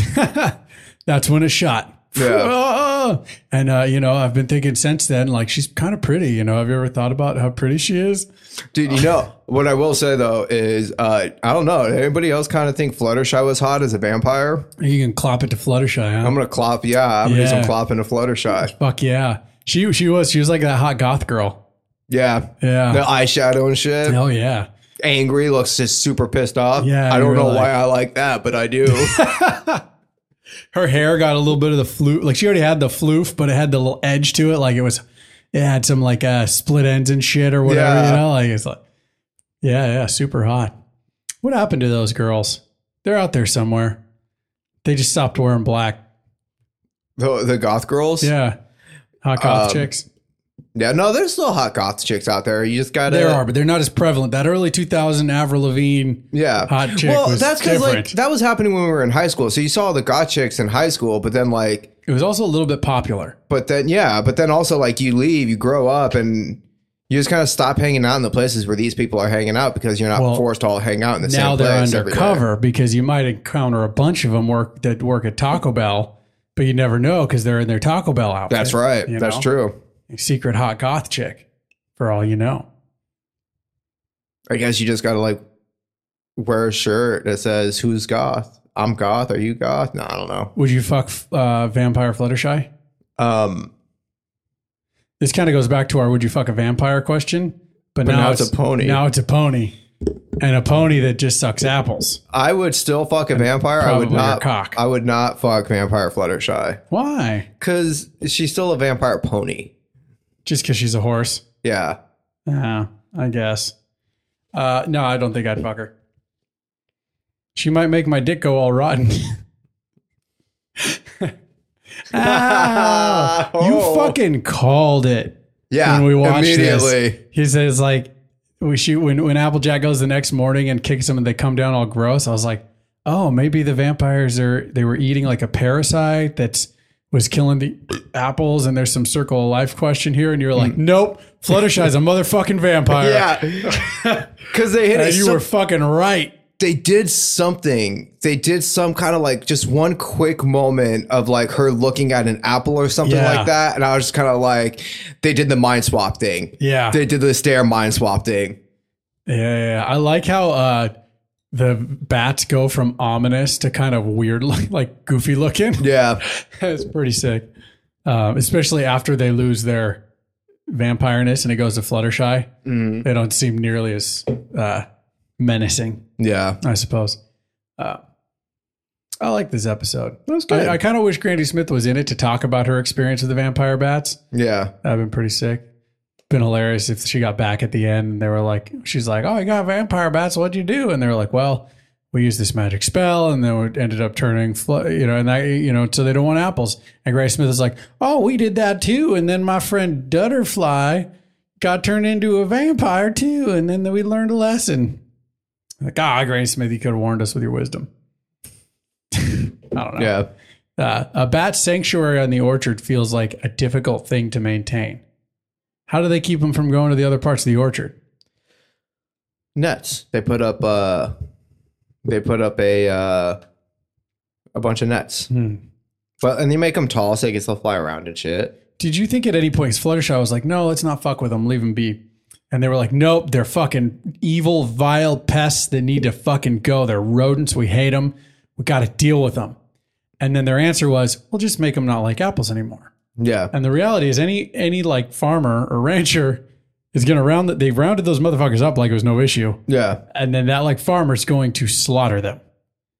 Speaker 2: That's when it shot.
Speaker 3: Yeah.
Speaker 2: Ah! And uh, you know, I've been thinking since then, like she's kind of pretty. You know, have you ever thought about how pretty she is?
Speaker 3: Dude, you know what I will say though is uh, I don't know. Did anybody else kind of think Fluttershy was hot as a vampire?
Speaker 2: You can clop it to Fluttershy. Huh?
Speaker 3: I'm gonna clop. Yeah, I'm gonna do some
Speaker 2: Yeah.
Speaker 3: clopping to Fluttershy.
Speaker 2: Fuck yeah. She she was she was like that hot goth girl.
Speaker 3: Yeah.
Speaker 2: Yeah.
Speaker 3: The eyeshadow and shit.
Speaker 2: Hell yeah.
Speaker 3: Angry looks just super pissed off.
Speaker 2: Yeah,
Speaker 3: I
Speaker 2: you
Speaker 3: don't know
Speaker 2: were like-
Speaker 3: why I like that, but I do.
Speaker 2: her hair got a little bit of the floof. Like she already had the floof, but it had the little edge to it. Like it was, it had some like uh, split ends and shit or whatever.
Speaker 3: Yeah.
Speaker 2: You know, like it's like, yeah, yeah, super hot. What happened to those girls? They're out there somewhere. They just stopped wearing black.
Speaker 3: the, the goth girls.
Speaker 2: Yeah, hot goth
Speaker 3: Um,
Speaker 2: chicks.
Speaker 3: Yeah. No, there's still hot goth chicks out there. You just gotta.
Speaker 2: There are, but they're not as prevalent. That early 2000 Avril Lavigne.
Speaker 3: Yeah.
Speaker 2: Hot chick
Speaker 3: Well,
Speaker 2: was
Speaker 3: that's because like
Speaker 2: different.
Speaker 3: that was happening when we were in high school. So you saw the goth chicks in high school, but then like,
Speaker 2: It was also a little bit popular.
Speaker 3: but then yeah, but then also like you leave, you grow up, and you just kind of stop hanging out in the places where these people are hanging out because you're not
Speaker 2: Well,
Speaker 3: forced to all hang out in the
Speaker 2: now
Speaker 3: same
Speaker 2: they're
Speaker 3: place. every day.
Speaker 2: undercover because you might encounter a bunch of them work that work at Taco Bell, but you never know because they're in their Taco Bell outfit.
Speaker 3: That's right.
Speaker 2: you
Speaker 3: That's
Speaker 2: know?
Speaker 3: true.
Speaker 2: A secret hot goth chick, for all you know.
Speaker 3: I guess you just gotta like wear a shirt that says "Who's goth? I'm goth. Are you goth? No, I don't know.
Speaker 2: Would you fuck uh, vampire Fluttershy?
Speaker 3: Um,
Speaker 2: This kind of goes back to our "Would you fuck a vampire?" question, but,
Speaker 3: now it's a pony.
Speaker 2: Now it's a pony, and a pony that just sucks apples.
Speaker 3: I would still fuck a vampire. I would
Speaker 2: probably your
Speaker 3: not.
Speaker 2: cock.
Speaker 3: I would not fuck vampire Fluttershy
Speaker 2: Why?
Speaker 3: because she's still a vampire pony.
Speaker 2: Just because she's a horse?
Speaker 3: Yeah.
Speaker 2: Yeah, I guess. Uh, no, I don't think I'd fuck her. She might make my dick go all rotten. Ow.
Speaker 3: Oh.
Speaker 2: Ah, You fucking called it
Speaker 3: Yeah.
Speaker 2: when we watched
Speaker 3: immediately.
Speaker 2: this. He says like we shoot when when Applejack goes the next morning and kicks them and they come down all gross. I was like, oh, maybe the vampires are they were eating like a parasite that's was killing the apples and there's some circle of life question here and you're like,
Speaker 3: Mm.
Speaker 2: nope, Fluttershy's a motherfucking vampire.
Speaker 3: Yeah. Because they hit
Speaker 2: And
Speaker 3: it.
Speaker 2: you
Speaker 3: so-
Speaker 2: were fucking right.
Speaker 3: they did something. They did some kind of like just one quick moment of like her looking at an apple or something
Speaker 2: Yeah.
Speaker 3: like that. And I was just kind of like, they did the mind swap thing.
Speaker 2: Yeah.
Speaker 3: They did the stare mind swap thing.
Speaker 2: Yeah, yeah, yeah. I like how uh, the bats go from ominous to kind of weird, look- like goofy looking.
Speaker 3: Yeah.
Speaker 2: That's pretty sick. Um, especially after they lose their vampireness and it goes to Fluttershy.
Speaker 3: Mm-hmm.
Speaker 2: They don't seem nearly as uh, menacing,
Speaker 3: Yeah.
Speaker 2: I suppose. Uh, I like this episode.
Speaker 3: That was
Speaker 2: I, I kind of wish Grandy Smith was in it to talk about her experience with the vampire bats.
Speaker 3: yeah.
Speaker 2: That'd been pretty sick. Been hilarious if she got back at the end and they were like, she's like, oh, I got vampire bats. What'd you do? And they were like, well, we used this magic spell and then we ended up turning, flo- you know, and that, you know, so they don't want apples. And Gray Smith is like, oh, we did that too. And then my friend Dutterfly got turned into a vampire too. And then we learned a lesson. Like, ah, Gray Smith, you could have warned us with your wisdom. I don't know.
Speaker 3: Yeah.
Speaker 2: Uh, a bat sanctuary on the orchard feels like a difficult thing to maintain. How do they keep them from going to the other parts of the orchard?
Speaker 3: Nets. They put up uh they put up a uh a bunch of nets.
Speaker 2: Hmm.
Speaker 3: But and they make them tall so they can still fly around and shit.
Speaker 2: Did you think at any point 'cause Fluttershy was like, "No, let's not fuck with them. Leave them be," and they were like, "Nope, they're fucking evil, vile pests that need to fucking go. They're rodents. We hate them. We got to deal with them." And then their answer was, "We'll just make them not like apples anymore."
Speaker 3: Yeah.
Speaker 2: And the reality is, any any like farmer or rancher is gonna round that. They've rounded those motherfuckers up like it was no issue.
Speaker 3: Yeah.
Speaker 2: and then that like farmer's going to slaughter them,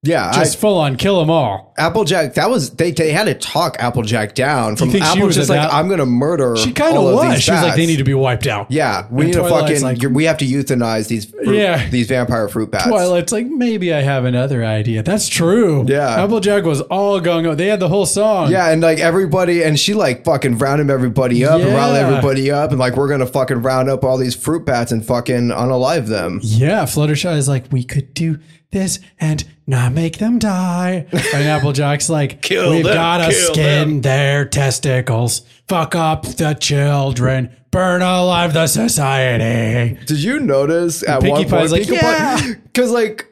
Speaker 3: Yeah. I-
Speaker 2: just full on kill them all.
Speaker 3: Applejack, that was they they had to talk Applejack down from
Speaker 2: think she
Speaker 3: Apple
Speaker 2: was
Speaker 3: just
Speaker 2: an
Speaker 3: like
Speaker 2: app-
Speaker 3: I'm gonna murder.
Speaker 2: She kind of
Speaker 3: all of
Speaker 2: was.
Speaker 3: these
Speaker 2: She was like,
Speaker 3: bats."
Speaker 2: they need to be wiped out.
Speaker 3: Yeah,
Speaker 2: And
Speaker 3: we need to
Speaker 2: Twilight's
Speaker 3: fucking.
Speaker 2: like-
Speaker 3: you're- we have to euthanize these. Fruit,
Speaker 2: Yeah.
Speaker 3: these vampire fruit bats.
Speaker 2: Twilight's like, maybe I have another idea. That's true.
Speaker 3: Yeah.
Speaker 2: Applejack was all going on. They had the whole song.
Speaker 3: Yeah, and like everybody, and she like fucking rounded everybody up and round
Speaker 2: Yeah.
Speaker 3: everybody up, and like we're gonna fucking round up all these fruit bats and fucking unalive them.
Speaker 2: Yeah. Fluttershy is like, we could do this and not make them die. And Applejack's like,
Speaker 3: Kill
Speaker 2: we've
Speaker 3: them,
Speaker 2: got to
Speaker 3: kill
Speaker 2: skin their testicles, fuck up the children, burn alive the society.
Speaker 3: Did you notice at
Speaker 2: Pinkie
Speaker 3: one point,
Speaker 2: Pie's like, "Yeah."
Speaker 3: because like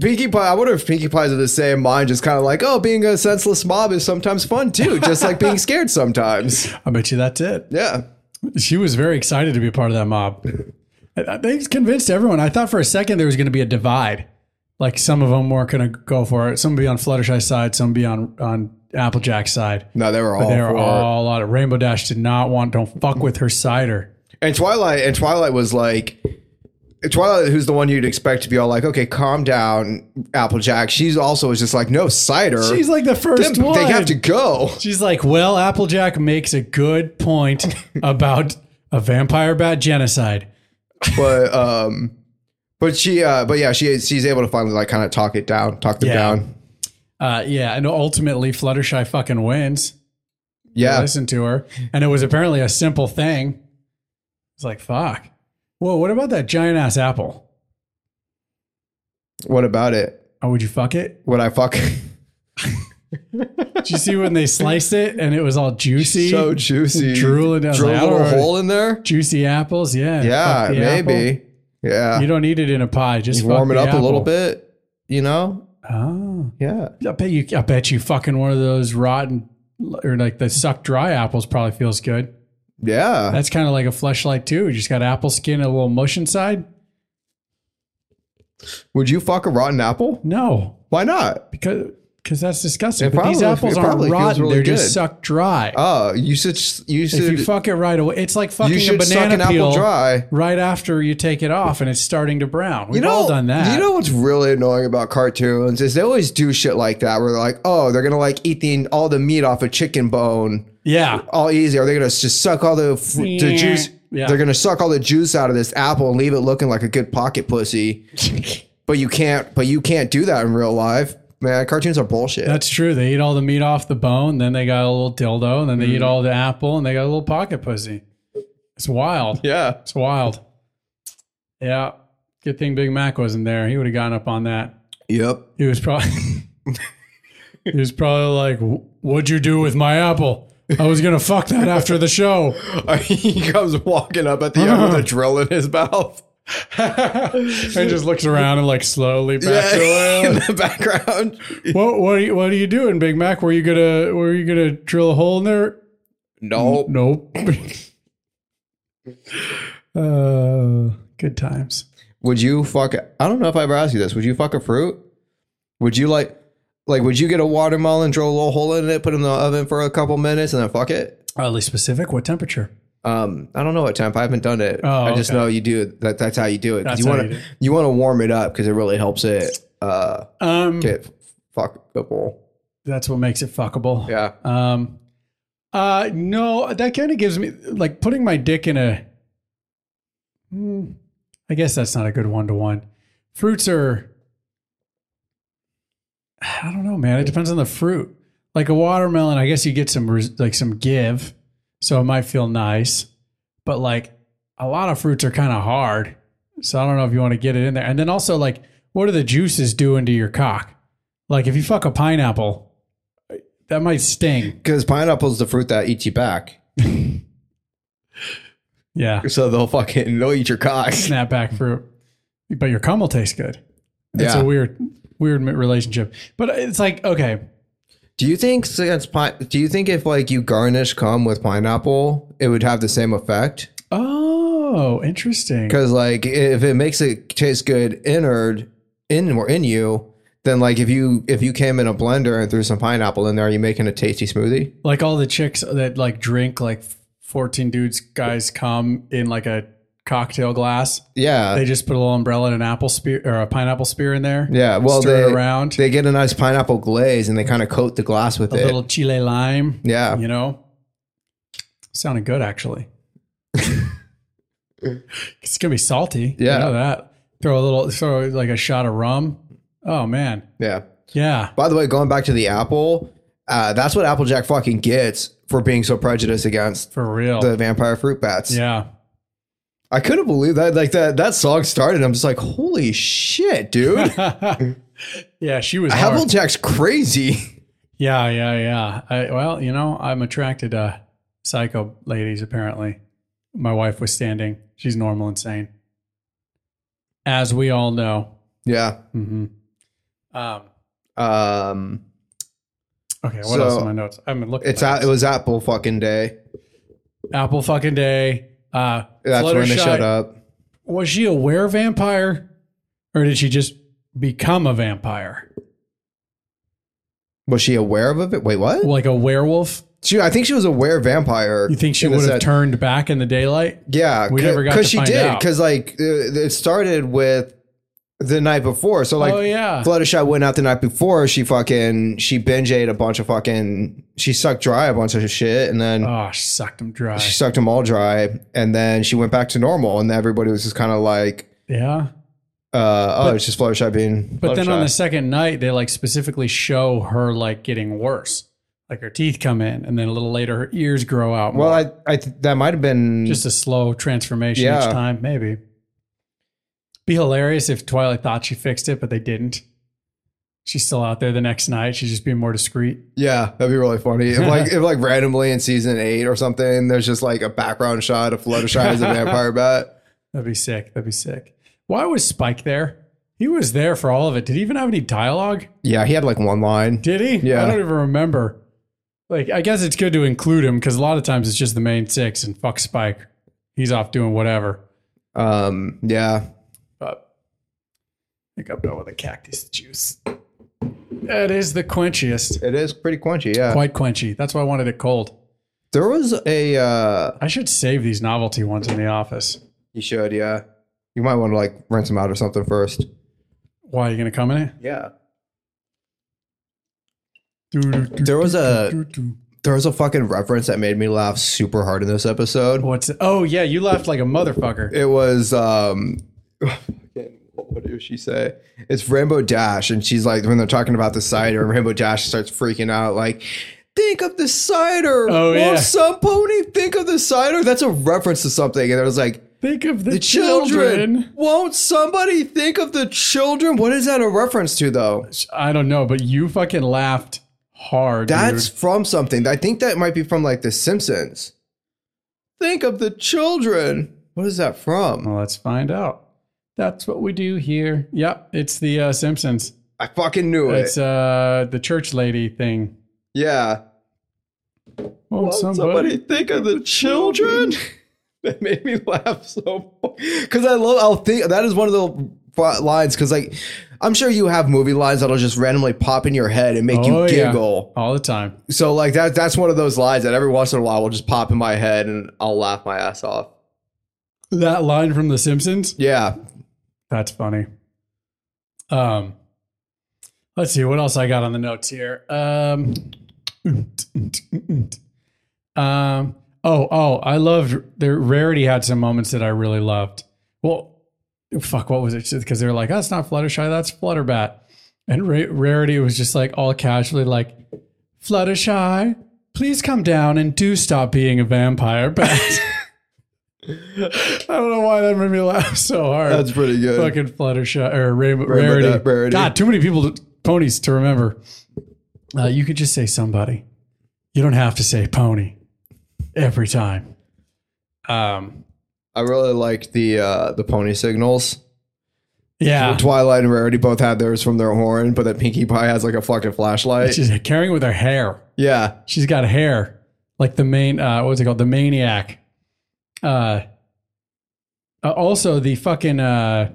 Speaker 3: Pinkie Pie, I wonder if Pinkie Pie's of the same mind, just kind of like, oh, being a senseless mob is sometimes fun too, just like being scared sometimes.
Speaker 2: I bet you that's it.
Speaker 3: Yeah.
Speaker 2: She was very excited to be a part of that mob. I- I- They convinced everyone. I thought for a second there was going to be a divide. Like some of them weren't going to go for it. Some be on Fluttershy's side, some be on on Applejack's side.
Speaker 3: No, they were all
Speaker 2: They were
Speaker 3: for it.
Speaker 2: all on it. Rainbow Dash did not want. Don't fuck with her cider.
Speaker 3: And Twilight and Twilight was like Twilight, who's the one you'd expect to be all like, okay, calm down, Applejack. She's also was just like, no cider.
Speaker 2: She's like the first
Speaker 3: Them-
Speaker 2: one.
Speaker 3: they have to go.
Speaker 2: She's like, well, Applejack makes a good point about a vampire bat genocide.
Speaker 3: But um, but she uh, but yeah, she she's able to finally like kind of talk it down, talk them
Speaker 2: Yeah.
Speaker 3: down.
Speaker 2: Uh, yeah, and ultimately Fluttershy fucking wins.
Speaker 3: Yeah,
Speaker 2: listen to her. And it was apparently a simple thing. It's like, fuck. Whoa, what about that giant ass apple?
Speaker 3: what about it?
Speaker 2: Oh, would you fuck it?
Speaker 3: Would I fuck?
Speaker 2: Did you see when they sliced it and it was all juicy?
Speaker 3: so juicy,
Speaker 2: drooling down
Speaker 3: Drool
Speaker 2: the
Speaker 3: a little
Speaker 2: outer-
Speaker 3: hole in there.
Speaker 2: Juicy apples, yeah.
Speaker 3: Yeah,
Speaker 2: Fuck the
Speaker 3: maybe. Yeah,
Speaker 2: apple. You don't need it in a pie. Just fuck
Speaker 3: warm it
Speaker 2: the
Speaker 3: up a
Speaker 2: apple.
Speaker 3: little bit. You know?
Speaker 2: Oh,
Speaker 3: Yeah.
Speaker 2: I bet you. I bet you fucking one of those rotten or like the sucked dry apples probably feels good.
Speaker 3: Yeah.
Speaker 2: That's kind of like a fleshlight too. You just got apple skin and a little mush inside.
Speaker 3: Would you fuck a rotten apple?
Speaker 2: No,
Speaker 3: Why not?
Speaker 2: because because that's disgusting.
Speaker 3: It
Speaker 2: but these
Speaker 3: probably-
Speaker 2: apples
Speaker 3: it
Speaker 2: aren't
Speaker 3: probably feels
Speaker 2: rotten;
Speaker 3: really
Speaker 2: they're
Speaker 3: good.
Speaker 2: just sucked dry.
Speaker 3: Oh, you should you
Speaker 2: if
Speaker 3: should
Speaker 2: you fuck it right away, it's like
Speaker 3: you
Speaker 2: fucking a
Speaker 3: should suck
Speaker 2: banana
Speaker 3: an
Speaker 2: peel
Speaker 3: apple dry.
Speaker 2: right after you take it off, and it's starting to brown. We've
Speaker 3: You know,
Speaker 2: all done that.
Speaker 3: You know what's really annoying about cartoons is they always do shit like that where they're like, oh, they're gonna like eat the, all the meat off a chicken bone
Speaker 2: yeah,
Speaker 3: all easy. Are they gonna just suck all the, fr- the juice?
Speaker 2: Yeah.
Speaker 3: They're gonna suck all the juice out of this apple and leave it looking like a good pocket pussy. but you can't. But you can't do that in real life, man. Cartoons are bullshit.
Speaker 2: that's true. They eat all the meat off the bone, then they got a little dildo, and then they
Speaker 3: Mm-hmm.
Speaker 2: eat all the apple, and they got a little pocket pussy. It's wild.
Speaker 3: yeah.
Speaker 2: It's wild. Yeah. Good thing Big Mac wasn't there. He would have gotten up on that.
Speaker 3: Yep.
Speaker 2: He was probably he was probably like, "Wh- "What'd you do with my apple? I was gonna fuck that after the show."
Speaker 3: he comes walking up at the end with a drill in his mouth.
Speaker 2: and just looks around and like slowly backs
Speaker 3: in
Speaker 2: away.
Speaker 3: the background.
Speaker 2: What what are you, what are you doing, Big Mac? Were you gonna were you gonna drill a hole in there?
Speaker 3: No.
Speaker 2: Nope. uh, good times.
Speaker 3: Would you fuck? I don't know if I ever asked you this. Would you fuck a fruit? Would you like, like, would you get a watermelon, drill a little hole in it, put it in the oven for a couple minutes, and then fuck it?
Speaker 2: Oddly specific. What temperature?
Speaker 3: Um, I don't know what temp. I haven't done it.
Speaker 2: Oh,
Speaker 3: I just
Speaker 2: okay.
Speaker 3: know you do it. That, that's how you do it. 'Cause
Speaker 2: That's
Speaker 3: You
Speaker 2: how
Speaker 3: want
Speaker 2: you do
Speaker 3: to
Speaker 2: it.
Speaker 3: you want to warm it up because it really helps it uh,
Speaker 2: Um,
Speaker 3: get fuckable.
Speaker 2: that's what makes it fuckable.
Speaker 3: Yeah.
Speaker 2: Um, uh, no, that kind of gives me like putting my dick in a. Hmm, I guess that's not a good one to one. Fruits are. I don't know, man. It depends on the fruit. Like a watermelon, I guess you get some res- like some give, so it might feel nice. But like a lot of fruits are kind of hard, so I don't know if you want to get it in there. And then also like, what are the juices doing to your cock? Like if you fuck a pineapple, that might sting.
Speaker 3: Because pineapple's the fruit that eats you back,
Speaker 2: Yeah.
Speaker 3: so they'll fucking they'll eat your cock.
Speaker 2: snapback fruit, but your cum will taste good. It's
Speaker 3: Yeah.
Speaker 2: a weird, weird mi- relationship. But it's like, okay,
Speaker 3: Do you think since pi- do you think if like you garnish cum with pineapple, it would have the same effect?
Speaker 2: oh, interesting.
Speaker 3: Because like if it makes it taste good innard in or in you, then like if you if you came in a blender and threw some pineapple in there, are you making a tasty smoothie?
Speaker 2: Like all the chicks that like drink like fourteen dudes guys cum in like a cocktail glass.
Speaker 3: Yeah,
Speaker 2: They just put a little umbrella and an apple spear or a pineapple spear in there.
Speaker 3: yeah. Well,
Speaker 2: stir
Speaker 3: they
Speaker 2: it around.
Speaker 3: They get a nice pineapple glaze and they kind of coat the glass with
Speaker 2: a
Speaker 3: it.
Speaker 2: little chile lime.
Speaker 3: yeah,
Speaker 2: You know, sounded good actually. it's gonna be salty. I
Speaker 3: Yeah.
Speaker 2: know that. Throw a little, throw like a shot of rum. Oh man,
Speaker 3: yeah.
Speaker 2: yeah.
Speaker 3: By the way, going back to the apple, uh, that's what Applejack fucking gets for being so prejudiced against
Speaker 2: For real.
Speaker 3: the vampire fruit bats.
Speaker 2: Oh. yeah.
Speaker 3: I couldn't believe that. Like that that song started. I'm just like, holy shit, dude.
Speaker 2: yeah, she was. hard.
Speaker 3: Applejack's crazy.
Speaker 2: Yeah, yeah, yeah. I, well, you know, I'm attracted to psycho ladies, apparently. My wife was standing. She's normal and sane. As we all know.
Speaker 3: Yeah.
Speaker 2: hmm Um,
Speaker 3: Um
Speaker 2: okay, what
Speaker 3: So,
Speaker 2: else in my notes? I'm looking
Speaker 3: it's
Speaker 2: at
Speaker 3: a- it was Apple fucking day.
Speaker 2: Apple fucking day. Uh,
Speaker 3: That's when they
Speaker 2: Fluttershy-
Speaker 3: shut up.
Speaker 2: Was she a were vampire or did she just become a vampire?
Speaker 3: Was she aware of it? Wait, what?
Speaker 2: Like a werewolf?
Speaker 3: She I think she was aware vampire.
Speaker 2: You think she
Speaker 3: in the
Speaker 2: would have
Speaker 3: sense-
Speaker 2: turned back in the daylight?
Speaker 3: Yeah,
Speaker 2: We never got to
Speaker 3: because she
Speaker 2: find
Speaker 3: did.
Speaker 2: out.
Speaker 3: Because like uh, it started with the night before. So like
Speaker 2: oh, yeah.
Speaker 3: Fluttershy went out the night before. She fucking she binge ate a bunch of fucking she sucked dry a bunch of shit, and then
Speaker 2: oh, she sucked him dry.
Speaker 3: she sucked them all dry, and then she went back to normal, and everybody was just kind of like,
Speaker 2: Yeah.
Speaker 3: uh, "Oh, it's just Fluttershy being."
Speaker 2: But then on
Speaker 3: Fluttershy.
Speaker 2: the second night, they like specifically show her like getting worse. Like her teeth come in, and then a little later, her ears grow out.
Speaker 3: well,
Speaker 2: more.
Speaker 3: I, I th- that might have been
Speaker 2: just a slow transformation
Speaker 3: Mm. Yeah.
Speaker 2: each time, maybe. Be hilarious if Twilight thought she fixed it, but they didn't. She's still out there the next night. She's just being more discreet.
Speaker 3: yeah, that'd be really funny. If like if like randomly in season eight or something, there's just like a background shot of Fluttershy as a vampire bat.
Speaker 2: That'd be sick. That'd be sick. Why was Spike there? He was there for all of it. Did he even have any dialogue?
Speaker 3: Yeah, he had like one line.
Speaker 2: Did he?
Speaker 3: Yeah.
Speaker 2: I don't even remember. Like, I guess it's good to include him because a lot of times it's just the main six and fuck Spike. He's off doing whatever.
Speaker 3: Um, yeah,
Speaker 2: But I think I'm done with the cactus juice. That is the quenchiest.
Speaker 3: it is pretty quenchy. Yeah,
Speaker 2: Quite quenchy. That's why I wanted it cold.
Speaker 3: there was a. uh
Speaker 2: I should save these novelty ones in the office.
Speaker 3: You should. Yeah, you might want to like rinse them out or something first.
Speaker 2: Why are you going to come in it?
Speaker 3: Yeah.
Speaker 2: Doo-doo-doo.
Speaker 3: There was a there was a fucking reference that made me laugh super hard in this episode.
Speaker 2: What's Oh, yeah. You left like a motherfucker.
Speaker 3: It was um fucking- what did she say? It's Rainbow Dash, and she's like when they're talking about the cider, and Rainbow Dash starts freaking out like Think of the cider.
Speaker 2: Oh,
Speaker 3: Won't
Speaker 2: yeah.
Speaker 3: some pony think of the cider. That's a reference to something. And it was like,
Speaker 2: Think of the,
Speaker 3: the
Speaker 2: children.
Speaker 3: children. Won't somebody think of the children? What is that a reference to, though?
Speaker 2: I don't know, but you fucking laughed hard. dude.
Speaker 3: That's from something. I think that might be from like The Simpsons. Think of the children. What is that from?
Speaker 2: Oh. Well, let's find out. That's what we do here. Yep, it's the uh, Simpsons.
Speaker 3: I fucking knew it.
Speaker 2: It's uh, the church lady thing. Oh,
Speaker 3: yeah.
Speaker 2: Won't
Speaker 3: Won't somebody think of the children? that made me laugh so because I love. I'll think that is one of the fi- lines because like I'm sure you have movie lines that'll just randomly pop in your head and make
Speaker 2: Oh,
Speaker 3: you
Speaker 2: yeah.
Speaker 3: giggle.
Speaker 2: all the time.
Speaker 3: So like that that's one of those lines that every once in a while will just pop in my head and I'll laugh my ass off.
Speaker 2: That line from The Simpsons.
Speaker 3: Yeah,
Speaker 2: That's funny. Um, let's see what else I got on the notes here. Um, um, oh, oh, I loved there. Rarity had some moments that I really loved. Well, fuck, what was it? Because they were like, "That's not Fluttershy, that's Flutterbat," and Ra- Rarity was just like all casually like, "Fluttershy, please come down and do stop being a vampire bat." I don't know why that made me laugh so hard.
Speaker 3: that's pretty good.
Speaker 2: Fucking Fluttershy or Ray, Rarity.
Speaker 3: that, Rarity.
Speaker 2: God, too many people, to, ponies to remember. Uh, you could just say somebody. You don't have to say pony every time. Um,
Speaker 3: I really like the uh the pony signals.
Speaker 2: yeah.
Speaker 3: Twilight and Rarity both had theirs from their horn, but then Pinkie Pie has like a fucking flashlight.
Speaker 2: She's carrying with her hair.
Speaker 3: yeah,
Speaker 2: She's got hair like the main, uh, what's it called? The maniac. Uh, uh, also, the fucking uh,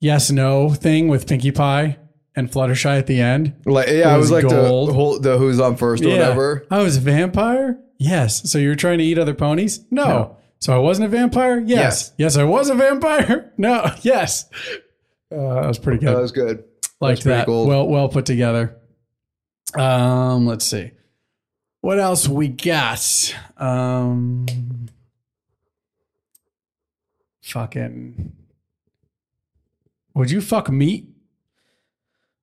Speaker 2: yes no thing with Pinkie Pie and Fluttershy at the end.
Speaker 3: like yeah,
Speaker 2: It
Speaker 3: I
Speaker 2: was
Speaker 3: was like the,
Speaker 2: gold.
Speaker 3: whole, the who's on first or whatever.
Speaker 2: I Oh, was a vampire? Yes. So you were trying to eat other ponies? No.
Speaker 3: No.
Speaker 2: So I wasn't a vampire? Yes. yes.
Speaker 3: Yes.
Speaker 2: I was a vampire? No. Yes. Uh, that was pretty good.
Speaker 3: That was good.
Speaker 2: Liked
Speaker 3: pretty
Speaker 2: that.
Speaker 3: cool.
Speaker 2: Well, well put together. Um, let's see. What else we got? Um, fucking. Would you fuck meat?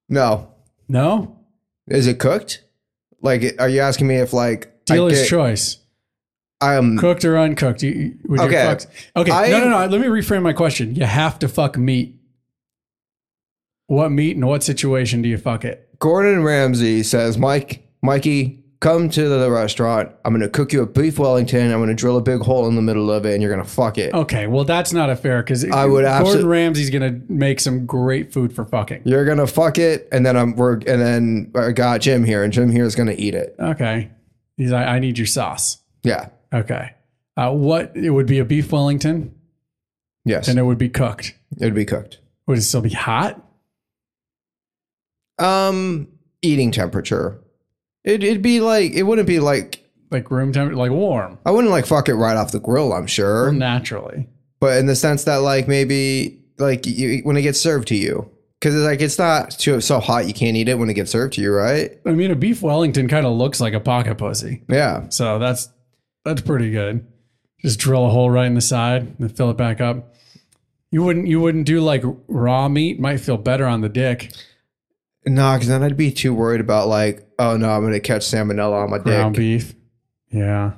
Speaker 3: No,
Speaker 2: No.
Speaker 3: is it cooked? Like, are you asking me if like
Speaker 2: Dealer's
Speaker 3: I
Speaker 2: choice.
Speaker 3: am
Speaker 2: cooked or uncooked? You- You, would you
Speaker 3: Mm. Okay.
Speaker 2: fuck- Okay.
Speaker 3: I-
Speaker 2: no, no, no. Let me reframe my question. You have to fuck meat. What meat and what situation do you fuck it?
Speaker 3: Gordon Ramsay says, Mike, Mikey, come to the restaurant. I'm gonna cook you a beef Wellington. I'm gonna drill a big hole in the middle of it, and you're gonna fuck it.
Speaker 2: Okay. Well, that's not a fair because
Speaker 3: I would
Speaker 2: Gordon
Speaker 3: abso-
Speaker 2: Ramsay's gonna make some great food for fucking.
Speaker 3: You're gonna fuck it, and then I'm we're and then I got Jim here, and Jim here is gonna eat it.
Speaker 2: Okay. He's like, I need your sauce.
Speaker 3: Yeah.
Speaker 2: Okay. Uh, what it would be a beef Wellington
Speaker 3: Yes.
Speaker 2: and it would be cooked.
Speaker 3: It'd be cooked.
Speaker 2: Would it still be hot?
Speaker 3: Um, eating temperature. It, it'd be like it wouldn't be like
Speaker 2: Like room temperature, like warm
Speaker 3: I wouldn't like fuck it right off the grill. I'm sure,
Speaker 2: naturally.
Speaker 3: but in the sense that like maybe like you, when it gets served to you, because like it's not too, so hot you can't eat it when it gets served to you, right?
Speaker 2: I mean, a beef Wellington kind of looks like a pocket pussy.
Speaker 3: Yeah.
Speaker 2: So that's that's pretty good. Just drill a hole right in the side and fill it back up. You wouldn't you wouldn't do like raw meat. Might feel better on the dick.
Speaker 3: No, because then I'd be too worried about like, oh no, I'm gonna catch salmonella on my
Speaker 2: Ground
Speaker 3: dick.
Speaker 2: beef. Yeah.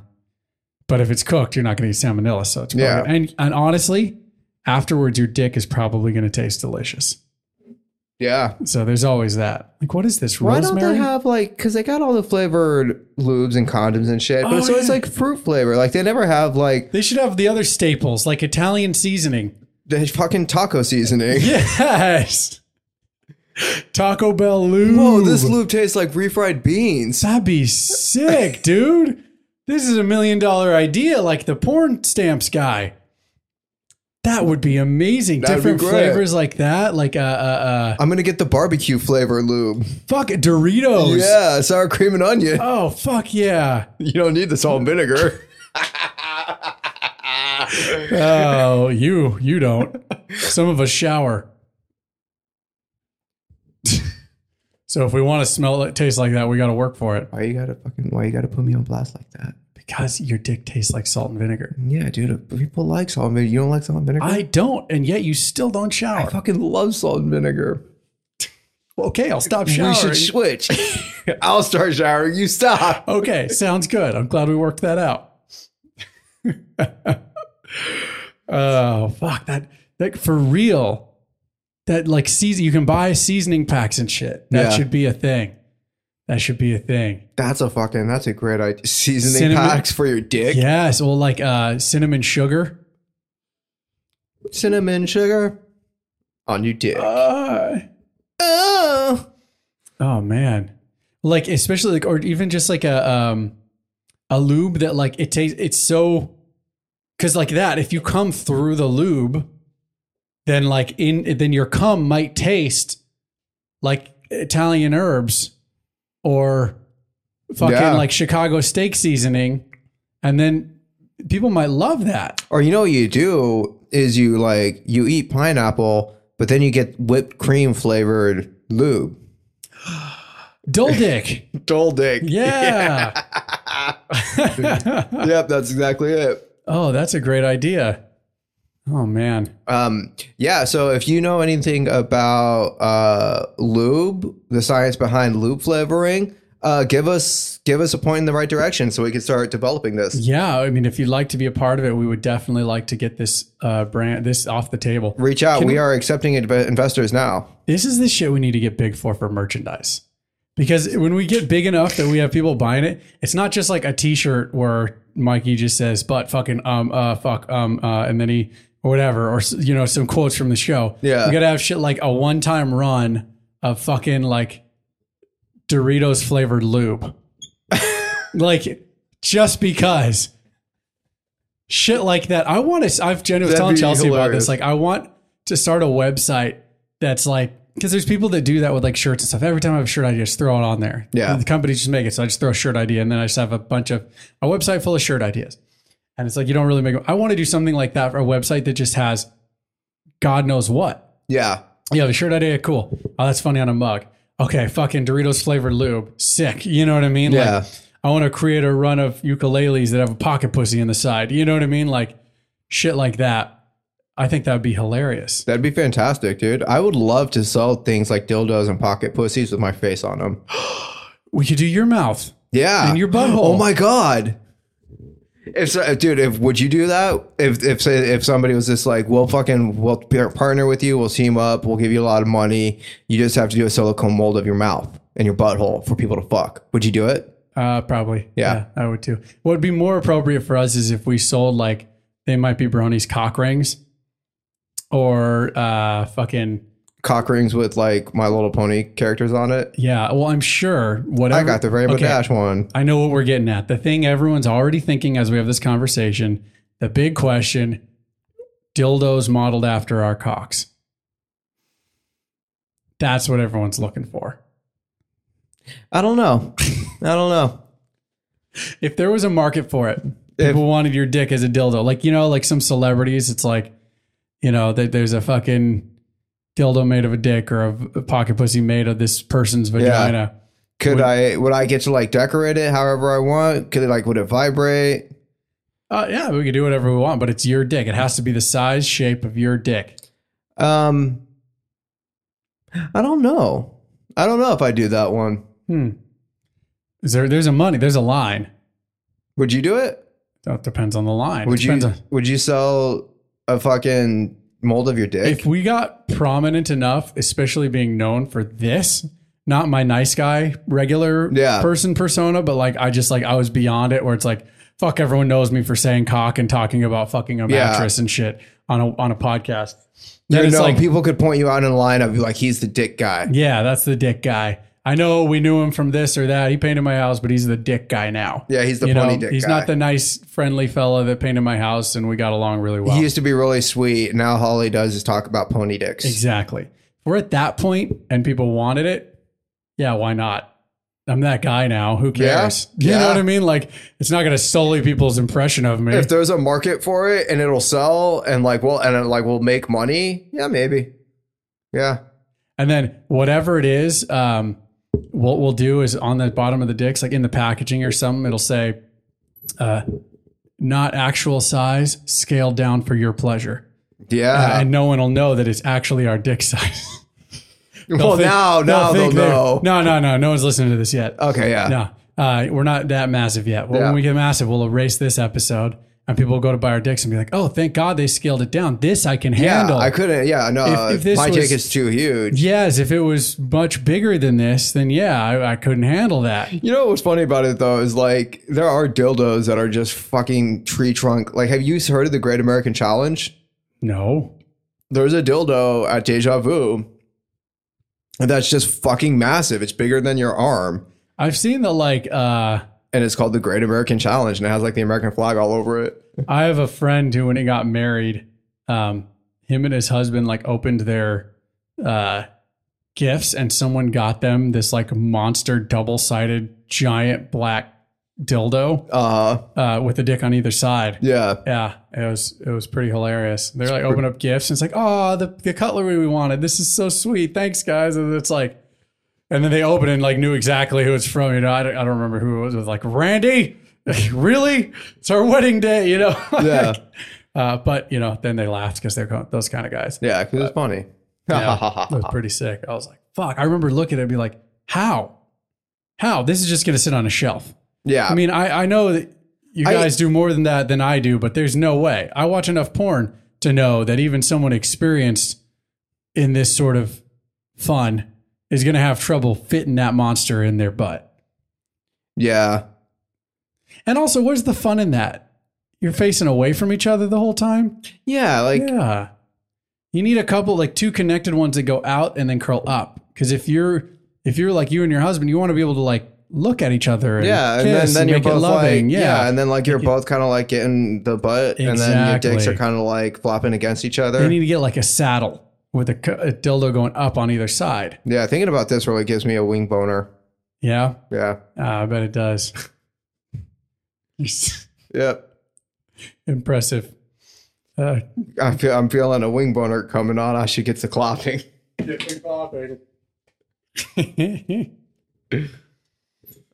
Speaker 2: But if it's cooked, you're not going to eat salmonella. So it's probably,
Speaker 3: Yeah.
Speaker 2: And and honestly, afterwards your dick is probably going to taste delicious.
Speaker 3: Yeah.
Speaker 2: So there's always that. Like what is this
Speaker 3: Why
Speaker 2: rosemary?
Speaker 3: don't they have like? Because they got all the flavored lubes and condoms and shit, but
Speaker 2: Oh,
Speaker 3: it's always
Speaker 2: yeah.
Speaker 3: like fruit flavor. Like they never have like
Speaker 2: they should have the other staples like Italian seasoning.
Speaker 3: the fucking taco seasoning.
Speaker 2: Yes. Taco Bell lube.
Speaker 3: Whoa, this lube tastes like refried beans.
Speaker 2: That'd be sick, dude. This is a million dollar idea, like the porn stamps guy. That would be amazing.
Speaker 3: That'd be
Speaker 2: Different
Speaker 3: great.
Speaker 2: flavors like that, like uh, uh, uh
Speaker 3: I'm gonna get the barbecue flavor lube.
Speaker 2: fuck Doritos.
Speaker 3: Yeah, sour cream and onion.
Speaker 2: Oh fuck yeah.
Speaker 3: You don't need the salt and vinegar.
Speaker 2: Oh, you you don't. Some of us shower. so if we want to smell it, taste like that, we got to work for it
Speaker 3: Why you gotta fucking? Why you gotta put me on blast like that?
Speaker 2: because your dick tastes like salt and vinegar.
Speaker 3: Yeah, dude. uh, People like salt and vinegar. You don't like salt and vinegar?
Speaker 2: I don't, and yet you still don't shower.
Speaker 3: fucking love salt and vinegar.
Speaker 2: Okay, I'll stop showering.
Speaker 3: switch. I'll start showering. You stop.
Speaker 2: Okay, sounds good. I'm glad we worked that out. oh fuck that! That for real. That like season you can buy seasoning packs and shit. That
Speaker 3: Yeah.
Speaker 2: should be a thing. That should be a thing.
Speaker 3: That's a fucking. That's a great idea. Seasoning
Speaker 2: Cinnamon-
Speaker 3: packs for your dick.
Speaker 2: Yes, well, like uh, cinnamon sugar.
Speaker 3: Cinnamon sugar. on your dick.
Speaker 2: Uh,
Speaker 3: oh.
Speaker 2: oh man, like especially like or even just like a um a lube that like it tastes it's so because like that if you come through the lube, then like in then your cum might taste like Italian herbs or fucking
Speaker 3: Yeah.
Speaker 2: like Chicago steak seasoning, and then people might love that.
Speaker 3: Or you know what you do is you like you eat pineapple, but then you get whipped cream flavored lube.
Speaker 2: Dull dick.
Speaker 3: Dole dick.
Speaker 2: Yeah.
Speaker 3: yep, that's exactly it.
Speaker 2: oh, that's a great idea. Oh man.
Speaker 3: Um, yeah, so if you know anything about uh, lube, the science behind lube flavoring, uh, give us give us a point in the right direction so we can start developing this.
Speaker 2: Yeah, I mean, if you'd like to be a part of it, we would definitely like to get this uh, brand this off the table.
Speaker 3: Reach out. we are accepting inv- investors now.
Speaker 2: This is the shit we need to get big for for merchandise, because when we get big enough that we have people buying it, it's not just like a T-shirt where Mikey just says "but fucking um uh fuck um uh" and then he or whatever or s- you know some quotes from the show.
Speaker 3: Yeah.
Speaker 2: we gotta have shit like a one-time run of fucking like Doritos flavored lube, like just because. shit like that. I want to. I've genuinely was
Speaker 3: That'd
Speaker 2: telling
Speaker 3: be
Speaker 2: Chelsea about
Speaker 3: hilarious.
Speaker 2: this. Like, I want to start a website that's like because there's people that do that with like shirts and stuff. Every time I have a shirt idea, I just throw it on there.
Speaker 3: Yeah.
Speaker 2: the companies just make it. So I just throw a shirt idea, and then I just have a bunch of a website full of shirt ideas. And it's like you don't really make. I want to do something like that for a website that just has God knows what.
Speaker 3: Yeah.
Speaker 2: You have a shirt idea, cool. Oh, that's funny on a mug. Okay, fucking Doritos flavored lube, sick. You know what I mean?
Speaker 3: Yeah.
Speaker 2: Like, I want to create a run of ukuleles that have a pocket pussy in the side. You know what I mean? Like shit like that. I think that would be hilarious.
Speaker 3: That'd be fantastic, dude. I would love to sell things like dildos and pocket pussies with my face on them.
Speaker 2: We could do your mouth.
Speaker 3: Yeah.
Speaker 2: And your butthole.
Speaker 3: Oh my god. If so, dude, if would you do that? If if say- if somebody was just like, we'll fucking we'll par- partner with you, we'll team up, we'll give you a lot of money. You just have to do a silicone mold of your mouth and your butthole for people to fuck. Would you do it?
Speaker 2: Uh, probably.
Speaker 3: Yeah.
Speaker 2: I would too. What would be more appropriate for us is if we sold like they might be bronies cock rings or uh, fucking
Speaker 3: Cock rings with like My Little Pony characters on it.
Speaker 2: yeah. Well, I'm sure whatever.
Speaker 3: I got the Rainbow
Speaker 2: Okay.
Speaker 3: Dash one.
Speaker 2: I know what we're getting at. The thing everyone's already thinking as we have this conversation, the big question dildos modeled after our cocks. That's what everyone's looking for.
Speaker 3: I don't know. I don't know.
Speaker 2: If there was a market for it, people wanted your dick as a dildo. Like, you know, like some celebrities, it's like, you know, that there's a fucking dildo made of a dick or a v- a pocket pussy made of this person's vagina.
Speaker 3: Could I? Would I get to like decorate it however I want? Could it like would it vibrate?
Speaker 2: Uh, yeah, we can do whatever we want, but it's your dick. It has to be the size, shape of your dick.
Speaker 3: Um, I don't know. I don't know if I do that one.
Speaker 2: Hmm. Is there? There's a money. There's a line.
Speaker 3: Would you do it?
Speaker 2: That depends on the line.
Speaker 3: Would
Speaker 2: It depends
Speaker 3: you?
Speaker 2: on-
Speaker 3: Would you sell a fucking mold of your dick?
Speaker 2: if we got prominent enough, especially being known for this, not my nice guy regular
Speaker 3: Yeah.
Speaker 2: person persona, but like I just like I was beyond it, where it's like fuck everyone knows me for saying cock and talking about fucking a
Speaker 3: Yeah.
Speaker 2: mattress and shit on a on a podcast.
Speaker 3: you
Speaker 2: Then it's
Speaker 3: know,
Speaker 2: like
Speaker 3: people could point you out in line and be like, "He's the dick guy."
Speaker 2: yeah, that's the dick guy. I know we knew him from this or that. He painted my house, but he's the dick guy now.
Speaker 3: Yeah, he's the
Speaker 2: You
Speaker 3: pony
Speaker 2: know,
Speaker 3: dick
Speaker 2: he's
Speaker 3: guy.
Speaker 2: not the nice, friendly fella that painted my house and we got along really well.
Speaker 3: He used to be really sweet. Now all he does is talk about pony dicks.
Speaker 2: Exactly. If we're at that point and people wanted it, yeah, why not? I'm that guy now. Who
Speaker 3: Yeah.
Speaker 2: cares? You
Speaker 3: Yeah.
Speaker 2: know what I mean? Like, it's not going to sully people's impression of me.
Speaker 3: If there's a market for it and it'll sell and like well and it, like we'll make money, yeah, maybe. Yeah.
Speaker 2: and then whatever it is, um, what we'll do is on the bottom of the dicks, like in the packaging or something, it'll say, uh, not actual size, scaled down for your pleasure. Uh,
Speaker 3: Yeah.
Speaker 2: and no one will know that it's actually our dick size. They'll
Speaker 3: well,
Speaker 2: think-
Speaker 3: now, now they'll,
Speaker 2: think they're-
Speaker 3: know.
Speaker 2: No, no, no. No one's listening to this yet.
Speaker 3: Okay, yeah.
Speaker 2: No, uh, we're not that massive yet. Well,
Speaker 3: Yeah.
Speaker 2: When we get massive, we'll erase this episode, and people will go to buy our dicks and be like, "Oh, thank God they scaled it down. This I can
Speaker 3: Yeah,
Speaker 2: handle."
Speaker 3: I couldn't. Yeah, no,
Speaker 2: If- if this
Speaker 3: my
Speaker 2: was-
Speaker 3: dick is too huge.
Speaker 2: Yes, if it was much bigger than this, then yeah, I, I couldn't handle that.
Speaker 3: You know what's funny about it though is like there are dildos that are just fucking tree trunk. Like, have you heard of the Great American Challenge?
Speaker 2: No,
Speaker 3: there's a dildo at Deja Vu and that's just fucking massive. It's bigger than your arm.
Speaker 2: I've seen the like. uh
Speaker 3: And it's called the Great American Challenge and it has like the American flag all over it.
Speaker 2: I have a friend who, when he got married, um, him and his husband like opened their uh, gifts, and someone got them this like monster double sided giant black dildo
Speaker 3: Uh
Speaker 2: uh, with a dick on either side.
Speaker 3: yeah.
Speaker 2: Yeah, it was it was pretty hilarious. They're like open up gifts, and it's like, oh, the, the cutlery we wanted. This is so sweet. Thanks, guys. And it's like, and then they open it and like knew exactly who it's from. You know, I don't, I don't remember who it was. It was like Randy. Like, really? It's our wedding day. You know.
Speaker 3: Yeah.
Speaker 2: uh, but you know, then they laughed because they're co- those kind of guys.
Speaker 3: Yeah, because it's funny.
Speaker 2: Uh, Yeah, it was pretty sick. I was like, fuck. I remember looking at it and be like, how? How? This is just gonna sit on a shelf.
Speaker 3: yeah.
Speaker 2: I mean, I, I know that you
Speaker 3: I-
Speaker 2: guys do more than that than I do, but there's no way. I watch enough porn to know that even someone experienced in this sort of fun is going to have trouble fitting that monster in their butt.
Speaker 3: yeah.
Speaker 2: And also, where's the fun in that? You're facing away from each other the whole time?
Speaker 3: Yeah. Like
Speaker 2: Yeah. You need a couple like two connected ones that go out and then curl up cuz if you're if you're like you and your husband, you want to be able to like look at each other and
Speaker 3: Yeah, and then,
Speaker 2: kiss
Speaker 3: then
Speaker 2: and
Speaker 3: you're
Speaker 2: make it
Speaker 3: both
Speaker 2: loving.
Speaker 3: like yeah.
Speaker 2: yeah.
Speaker 3: and then like you're both kind of like getting the butt, and then your dicks
Speaker 2: Exactly.
Speaker 3: are kind of like flopping against each
Speaker 2: They
Speaker 3: other.
Speaker 2: need to get like a saddle with a, c- a dildo going up on either side.
Speaker 3: yeah, thinking about this really gives me a wing boner.
Speaker 2: Yeah,
Speaker 3: Yeah,
Speaker 2: Uh, I bet it does. It's
Speaker 3: yep.
Speaker 2: Impressive. Uh,
Speaker 3: I feel I'm feeling a wing boner coming on. I should get to clopping.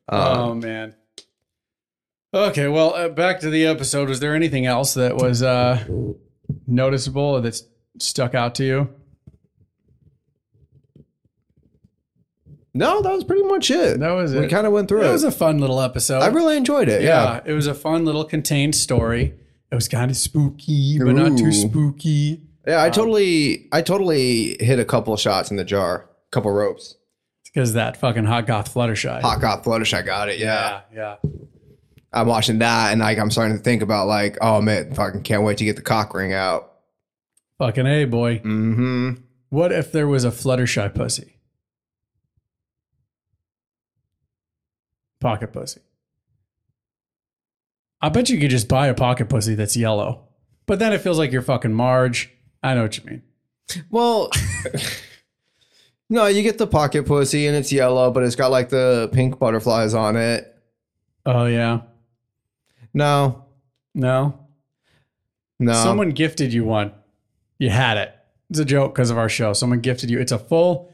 Speaker 3: Uh,
Speaker 2: oh man. Okay, well, uh, back to the episode. Was there anything else that was uh, noticeable or that stuck out to you?
Speaker 3: no, that was pretty much it.
Speaker 2: That was
Speaker 3: We
Speaker 2: it.
Speaker 3: kind of went through
Speaker 2: It
Speaker 3: it.
Speaker 2: was a fun little episode.
Speaker 3: I really enjoyed it.
Speaker 2: yeah.
Speaker 3: Yeah,
Speaker 2: it was a fun little contained story. It was kind of spooky, but not too
Speaker 3: Ooh.
Speaker 2: spooky.
Speaker 3: yeah. I totally, I totally hit a couple shots in the jar, couple ropes.
Speaker 2: because that fucking hot goth fluttershy.
Speaker 3: Hot cop flutter. I got it. yeah.
Speaker 2: Yeah, yeah.
Speaker 3: I'm watching that and like I'm starting to think about like, oh man, fucking can't wait to get the cock ring out.
Speaker 2: Fucking a boy.
Speaker 3: Mm-hmm.
Speaker 2: What if there was a fluttershy pussy? Pocket pussy. I bet you could just buy a pocket pussy that's yellow, but then it feels like you're fucking Marge. I know what you mean.
Speaker 3: Well, no, you get the pocket pussy and it's yellow, but it's got like the pink butterflies on it.
Speaker 2: Oh yeah,
Speaker 3: No,
Speaker 2: no.
Speaker 3: no.
Speaker 2: Someone gifted you one. You had it. It's a joke because of our show. Someone gifted you. It's a full,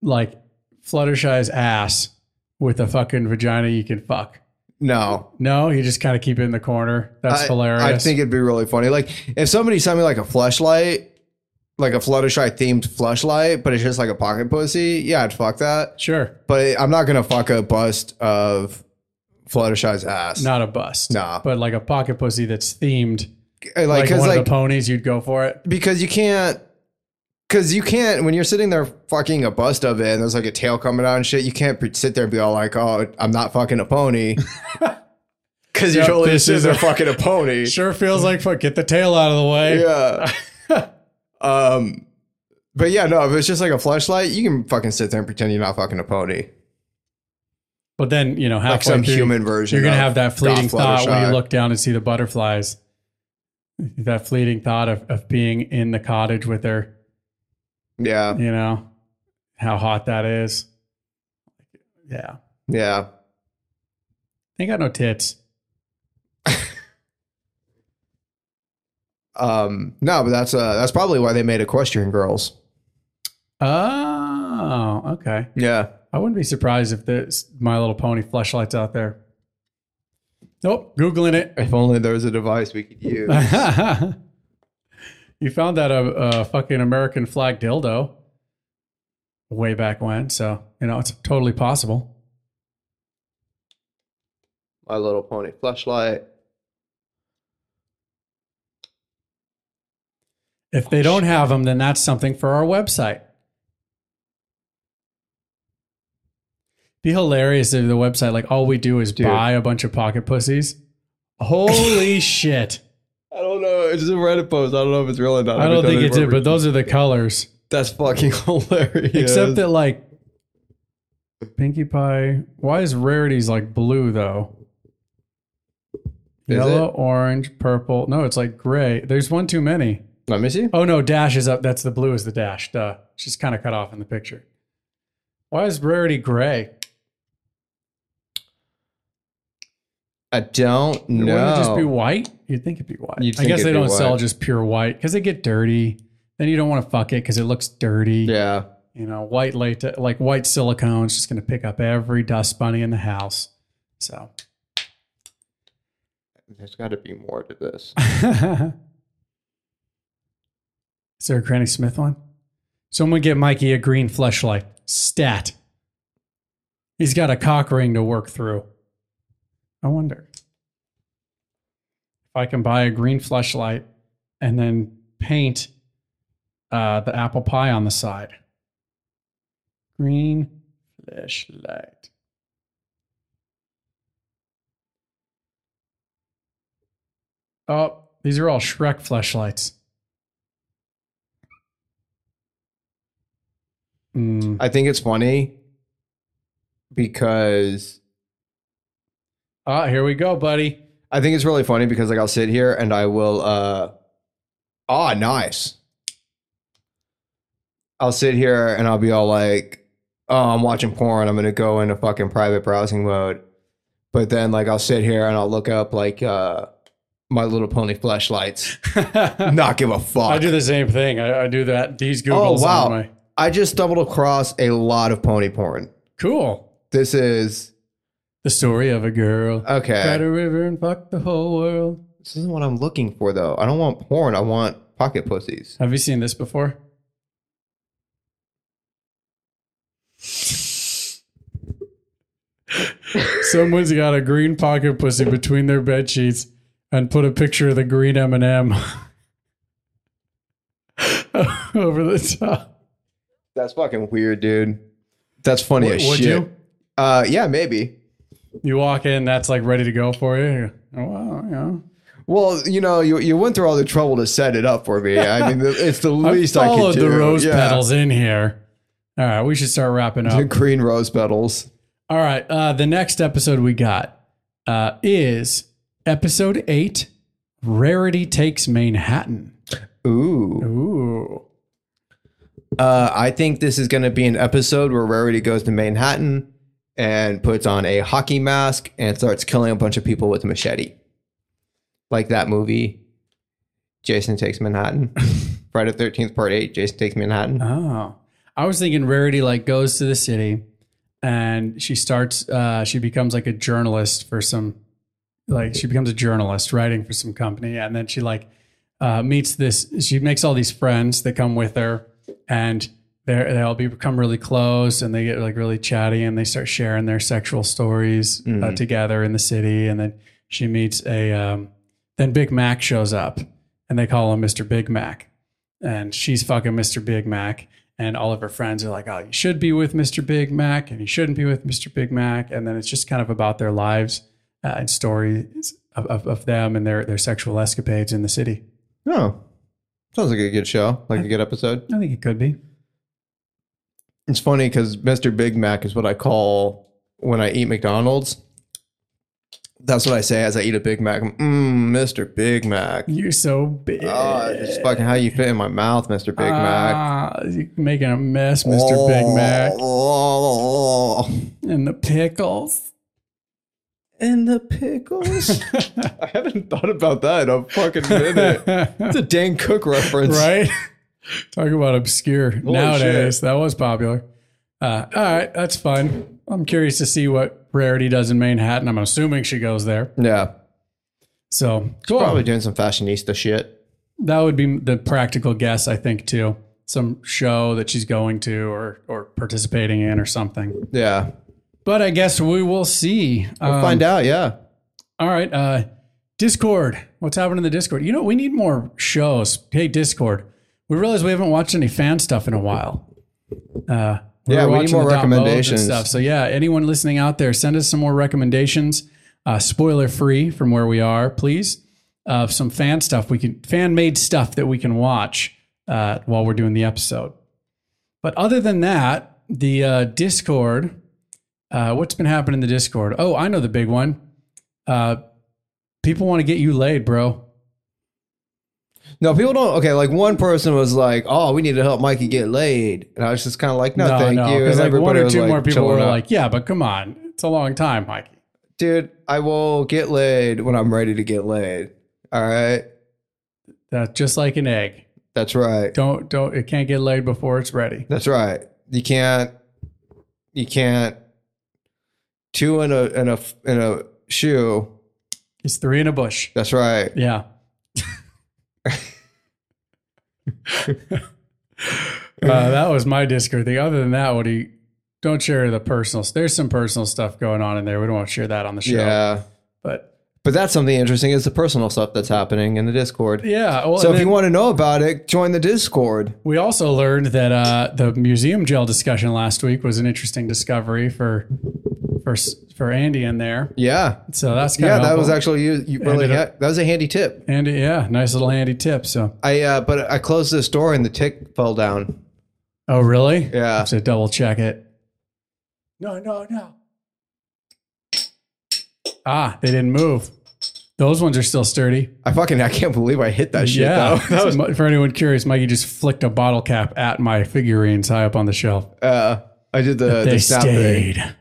Speaker 2: like Fluttershy's ass with a fucking vagina you can fuck.
Speaker 3: no.
Speaker 2: No, you just kind of keep it in the corner. That's
Speaker 3: I-
Speaker 2: hilarious.
Speaker 3: I think it'd be really funny. Like if somebody sent me like a flashlight, like a Fluttershy themed flashlight, but it's just like a pocket pussy, yeah, I'd fuck that.
Speaker 2: sure,
Speaker 3: But I'm not gonna fuck a bust of Fluttershy's ass.
Speaker 2: not a bust.
Speaker 3: Nah.
Speaker 2: but like a pocket pussy that's themed,
Speaker 3: like
Speaker 2: like,
Speaker 3: because
Speaker 2: one
Speaker 3: like
Speaker 2: of the ponies, you'd go for it.
Speaker 3: because you can't because you can't when you're sitting there fucking a bust of it and there's like a tail coming out and shit you can't pre- sit there and be all like oh i'm not fucking a pony because you're
Speaker 2: Yep,
Speaker 3: totally
Speaker 2: this
Speaker 3: just sitting
Speaker 2: is
Speaker 3: there
Speaker 2: a-
Speaker 3: fucking a pony
Speaker 2: Sure, feels like fuck. Get the tail out of the way.
Speaker 3: yeah um but yeah no if it's just like a flashlight you can fucking sit there and pretend you're not fucking a pony
Speaker 2: But then you know, halfway
Speaker 3: like some
Speaker 2: through,
Speaker 3: human version
Speaker 2: you're gonna
Speaker 3: of
Speaker 2: have that fleeting
Speaker 3: Goth
Speaker 2: thought when
Speaker 3: Fluttershy.
Speaker 2: you look down and see the butterflies. That fleeting thought of, of being in the cottage with her,
Speaker 3: yeah
Speaker 2: you know, how hot that is. Yeah.
Speaker 3: yeah
Speaker 2: Ain't got no tits.
Speaker 3: um no but that's uh that's probably why they made equestrian girls
Speaker 2: Oh, okay.
Speaker 3: yeah
Speaker 2: I wouldn't be surprised if there's My Little Pony fleshlights out there. Nope, googling it.
Speaker 3: if only there was a device we could use
Speaker 2: you found that a, a fucking American flag dildo way back when, so you know it's totally possible.
Speaker 3: My Little Pony flashlight.
Speaker 2: If they don't have them, then that's something for our website. Be hilarious if the website, like, all we do is buy a bunch of pocket pussies. Holy shit.
Speaker 3: I don't know. It's just a Reddit post. I don't know if it's real or not.
Speaker 2: I don't
Speaker 3: Haven't
Speaker 2: think
Speaker 3: done
Speaker 2: it did,
Speaker 3: proper-
Speaker 2: but those are the colors.
Speaker 3: that's fucking hilarious.
Speaker 2: Except that, like, Pinkie Pie. Why is Rarity's like blue though?
Speaker 3: Is
Speaker 2: Yellow,
Speaker 3: it?
Speaker 2: orange, purple. No, it's like gray. There's one too many.
Speaker 3: Let me see.
Speaker 2: Oh no, dash is up. That's the blue is the dash. Duh. She's kind of cut off in the picture. Why is Rarity gray?
Speaker 3: I don't
Speaker 2: It
Speaker 3: know.
Speaker 2: Wouldn't it just be white? You'd think it'd be white.
Speaker 3: You'd
Speaker 2: I
Speaker 3: think
Speaker 2: guess they
Speaker 3: it'd be
Speaker 2: don't sell
Speaker 3: white.
Speaker 2: just pure white because they get dirty. Then you don't want to fuck it because it looks dirty.
Speaker 3: yeah.
Speaker 2: You know, white latex, like white silicone, is just going to pick up every dust bunny in the house. So,
Speaker 3: There's got to be more to this.
Speaker 2: is there a Granny Smith one? Someone get Mikey a green fleshlight. Stat. He's got a cock ring to work through. I wonder if I can buy a green fleshlight and then paint uh, the apple pie on the side. Green fleshlight. Oh, these are all Shrek fleshlights. Mm.
Speaker 3: I think it's funny because
Speaker 2: Ah, here we go, buddy.
Speaker 3: I think it's really funny because like I'll sit here and I will uh ah nice. I'll sit here and I'll be all like, oh, I'm watching porn. I'm gonna go into fucking private browsing mode. But then like I'll sit here and I'll look up like uh my little pony flashlights.
Speaker 2: I
Speaker 3: Not give a fuck.
Speaker 2: do the same thing. I, I do that. These Googles
Speaker 3: oh wow.
Speaker 2: on my
Speaker 3: I just stumbled across a lot of pony porn.
Speaker 2: cool.
Speaker 3: This is
Speaker 2: The story of a girl.
Speaker 3: okay.
Speaker 2: Cried a river and fucked the whole world.
Speaker 3: This isn't what I'm looking for, though. I don't want porn. I want pocket pussies.
Speaker 2: Have you seen this before? Someone's got a green pocket pussy between their bed sheets and put a picture of the green M and M over the top.
Speaker 3: That's fucking weird, dude. That's funny
Speaker 2: Would-
Speaker 3: as
Speaker 2: would
Speaker 3: shit.
Speaker 2: you?
Speaker 3: Uh, yeah, maybe.
Speaker 2: You walk in, that's like ready to go for you. Oh, wow, yeah.
Speaker 3: Well, you know, you you went through all the trouble to set it up for me. I mean, the- it's the
Speaker 2: I
Speaker 3: least I
Speaker 2: followed
Speaker 3: could do.
Speaker 2: the rose
Speaker 3: Yeah.
Speaker 2: petals in here. All right, we should start wrapping
Speaker 3: The
Speaker 2: up.
Speaker 3: green rose petals.
Speaker 2: All right, uh, the next episode we got uh, is episode eight. Rarity takes Manhattan.
Speaker 3: Ooh.
Speaker 2: Ooh,
Speaker 3: Uh, I think this is going to be an episode where Rarity goes to Manhattan and puts on a hockey mask and starts killing a bunch of people with a machete. Like that movie, Jason Takes Manhattan. Friday the 13th, Part 8, Jason Takes Manhattan.
Speaker 2: oh, I was thinking Rarity like goes to the city, and she starts. Uh, she becomes like a journalist for some, like she becomes a journalist writing for some company, and then she like uh, meets this. She makes all these friends that come with her, and they they all be- become really close, and they get like really chatty, and they start sharing their sexual stories uh, together in the city. And then she meets a um, then Big Mac shows up, and they call him Mr. Big Mac, and she's fucking Mr. Big Mac. And all of her friends are like, "Oh, you should be with Mr. Big Mac, and you shouldn't be with Mr. Big Mac." And then it's just kind of about their lives uh, and stories of, of, of them and their their sexual escapades in the city.
Speaker 3: Oh, sounds like a good show, like a good episode.
Speaker 2: I think it could be.
Speaker 3: It's funny because Mr. Big Mac is what I call when I eat McDonald's. That's what I say as I eat a Big Mac. Mm, Mr. Big Mac.
Speaker 2: You're so big.
Speaker 3: Oh, it's fucking how you fit in my mouth, Mr. Big Mac. Oh.
Speaker 2: Ah, you're making a mess, Mr. Big Mac. And the pickles.
Speaker 3: And the pickles. I haven't thought about that in a fucking minute. It's a Dan Cook reference.
Speaker 2: right? Talk about obscure nowadays.
Speaker 3: shit.
Speaker 2: That was popular. Uh, all right, that's fun. I'm curious to see what Rarity does in Manhattan. I'm assuming she goes there.
Speaker 3: Yeah.
Speaker 2: So cool.
Speaker 3: Probably doing some fashionista shit.
Speaker 2: that would be the practical guess, I think, too. Some show that she's going to or or participating in or something.
Speaker 3: Yeah.
Speaker 2: But I guess we will see. Um,
Speaker 3: Find out. Yeah.
Speaker 2: All right. Uh, Discord. What's happening in the Discord? You know, we need more shows. Hey, Discord. We realize we haven't watched any fan stuff in a while. Uh,
Speaker 3: Yeah,
Speaker 2: were
Speaker 3: we need
Speaker 2: watching
Speaker 3: more
Speaker 2: the downloads and
Speaker 3: recommendations.
Speaker 2: Stuff. So, yeah, anyone listening out there, send us some more recommendations, uh, spoiler free from where we are, please. of some fan stuff we can fan made stuff that we can watch uh, while we're doing the episode. But other than that, the uh, Discord, uh, what's been happening in the Discord? Oh, I know the big one. Uh, people want to get you laid, bro.
Speaker 3: No, people don't. Okay, like one person was like, "Oh, we need to help Mikey get laid," and I was just kind of like, "No,
Speaker 2: no,
Speaker 3: thank
Speaker 2: no,
Speaker 3: you."
Speaker 2: 'cause,
Speaker 3: And
Speaker 2: Like one
Speaker 3: everybody
Speaker 2: or
Speaker 3: was,
Speaker 2: two more people were
Speaker 3: chilling out.
Speaker 2: like, "Yeah, but come on, it's a long time, Mikey."
Speaker 3: "Dude, I will get laid when I'm ready to get laid." All right,
Speaker 2: That's just like an egg.
Speaker 3: that's right.
Speaker 2: Don't don't. It can't get laid before it's ready.
Speaker 3: That's right. You can't. You can't. Two in a in a in a shoe.
Speaker 2: It's three in a bush.
Speaker 3: That's right.
Speaker 2: Yeah. uh, that was my Discord thing. Other than that, what do you don't share the personal? There's some personal stuff going on in there. We don't want to share that on the show.
Speaker 3: Yeah.
Speaker 2: But
Speaker 3: But that's something interesting is the personal stuff that's happening in the Discord.
Speaker 2: yeah. Well,
Speaker 3: So
Speaker 2: and
Speaker 3: if you
Speaker 2: then
Speaker 3: want to know about it, join the Discord.
Speaker 2: we also learned that uh, the museum gel discussion last week was an interesting discovery for for for Andy in there.
Speaker 3: Yeah.
Speaker 2: So that's kind
Speaker 3: Yeah,
Speaker 2: of
Speaker 3: that
Speaker 2: helpful.
Speaker 3: was actually you, you really
Speaker 2: Ended up-
Speaker 3: that was a handy tip.
Speaker 2: Andy. Yeah, nice little handy tip. So
Speaker 3: I uh but I closed this door and the tick fell down.
Speaker 2: oh really?
Speaker 3: Yeah.
Speaker 2: Have to double check it. No, no, no. Ah, they didn't move. Those ones are still sturdy.
Speaker 3: I fucking I can't believe I hit that shit
Speaker 2: yeah.
Speaker 3: though. That was
Speaker 2: For anyone curious, Mikey just flicked a bottle cap at my figurines high up on the shelf.
Speaker 3: uh I did the,
Speaker 2: they
Speaker 3: the snap thing.
Speaker 2: stayed.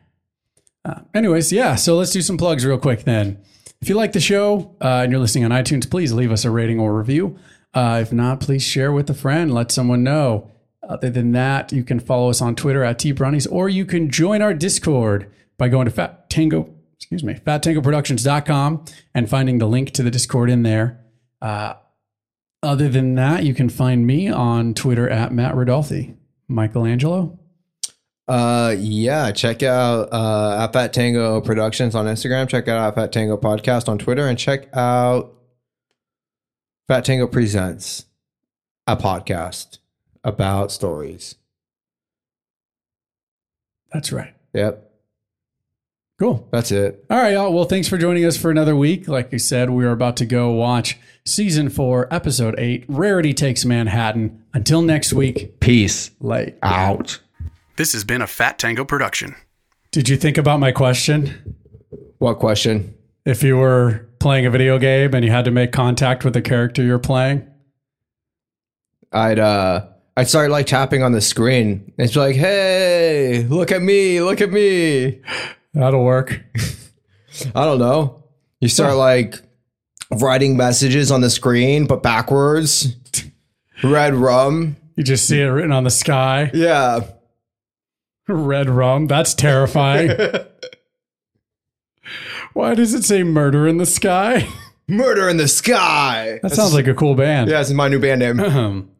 Speaker 2: Uh, anyways, yeah. So let's do some plugs real quick then. If you like the show uh, and you're listening on iTunes, please leave us a rating or review. Uh, if not, please share with a friend. Let someone know. Other than that, you can follow us on Twitter at tbrownies, or you can join our Discord by going to Fat Tango, excuse me, fattangoproductions.com and finding the link to the Discord in there. Uh, other than that, you can find me on Twitter at Matt Rodolfi. Michelangelo,
Speaker 3: Uh yeah, check out uh at Fat Tango Productions on Instagram, check out at Fat Tango Podcast on Twitter, and check out Fat Tango Presents, a podcast about stories.
Speaker 2: that's right.
Speaker 3: Yep,
Speaker 2: Cool.
Speaker 3: that's it.
Speaker 2: All right, y'all. Well, thanks for joining us for another week. Like I said, we are about to go watch season four, episode eight Rarity Takes Manhattan. Until next week,
Speaker 5: Peace
Speaker 2: late.
Speaker 5: out.
Speaker 6: This has been a Fat Tango production.
Speaker 2: Did you think about my question?
Speaker 3: What question?
Speaker 2: If you were playing a video game and you had to make contact with the character you're playing?
Speaker 3: I'd uh I'd start like tapping on the screen. It's like, hey, look at me, look at me.
Speaker 2: That'll work.
Speaker 3: I don't know. You start like writing messages on the screen, but backwards. Red rum.
Speaker 2: You just see it written on the sky.
Speaker 3: Yeah.
Speaker 2: Red rum. That's terrifying. Why does it say murder in the sky?
Speaker 3: Murder in the sky.
Speaker 2: That sounds like a cool band.
Speaker 3: Yeah, it's my new band name.
Speaker 2: Um,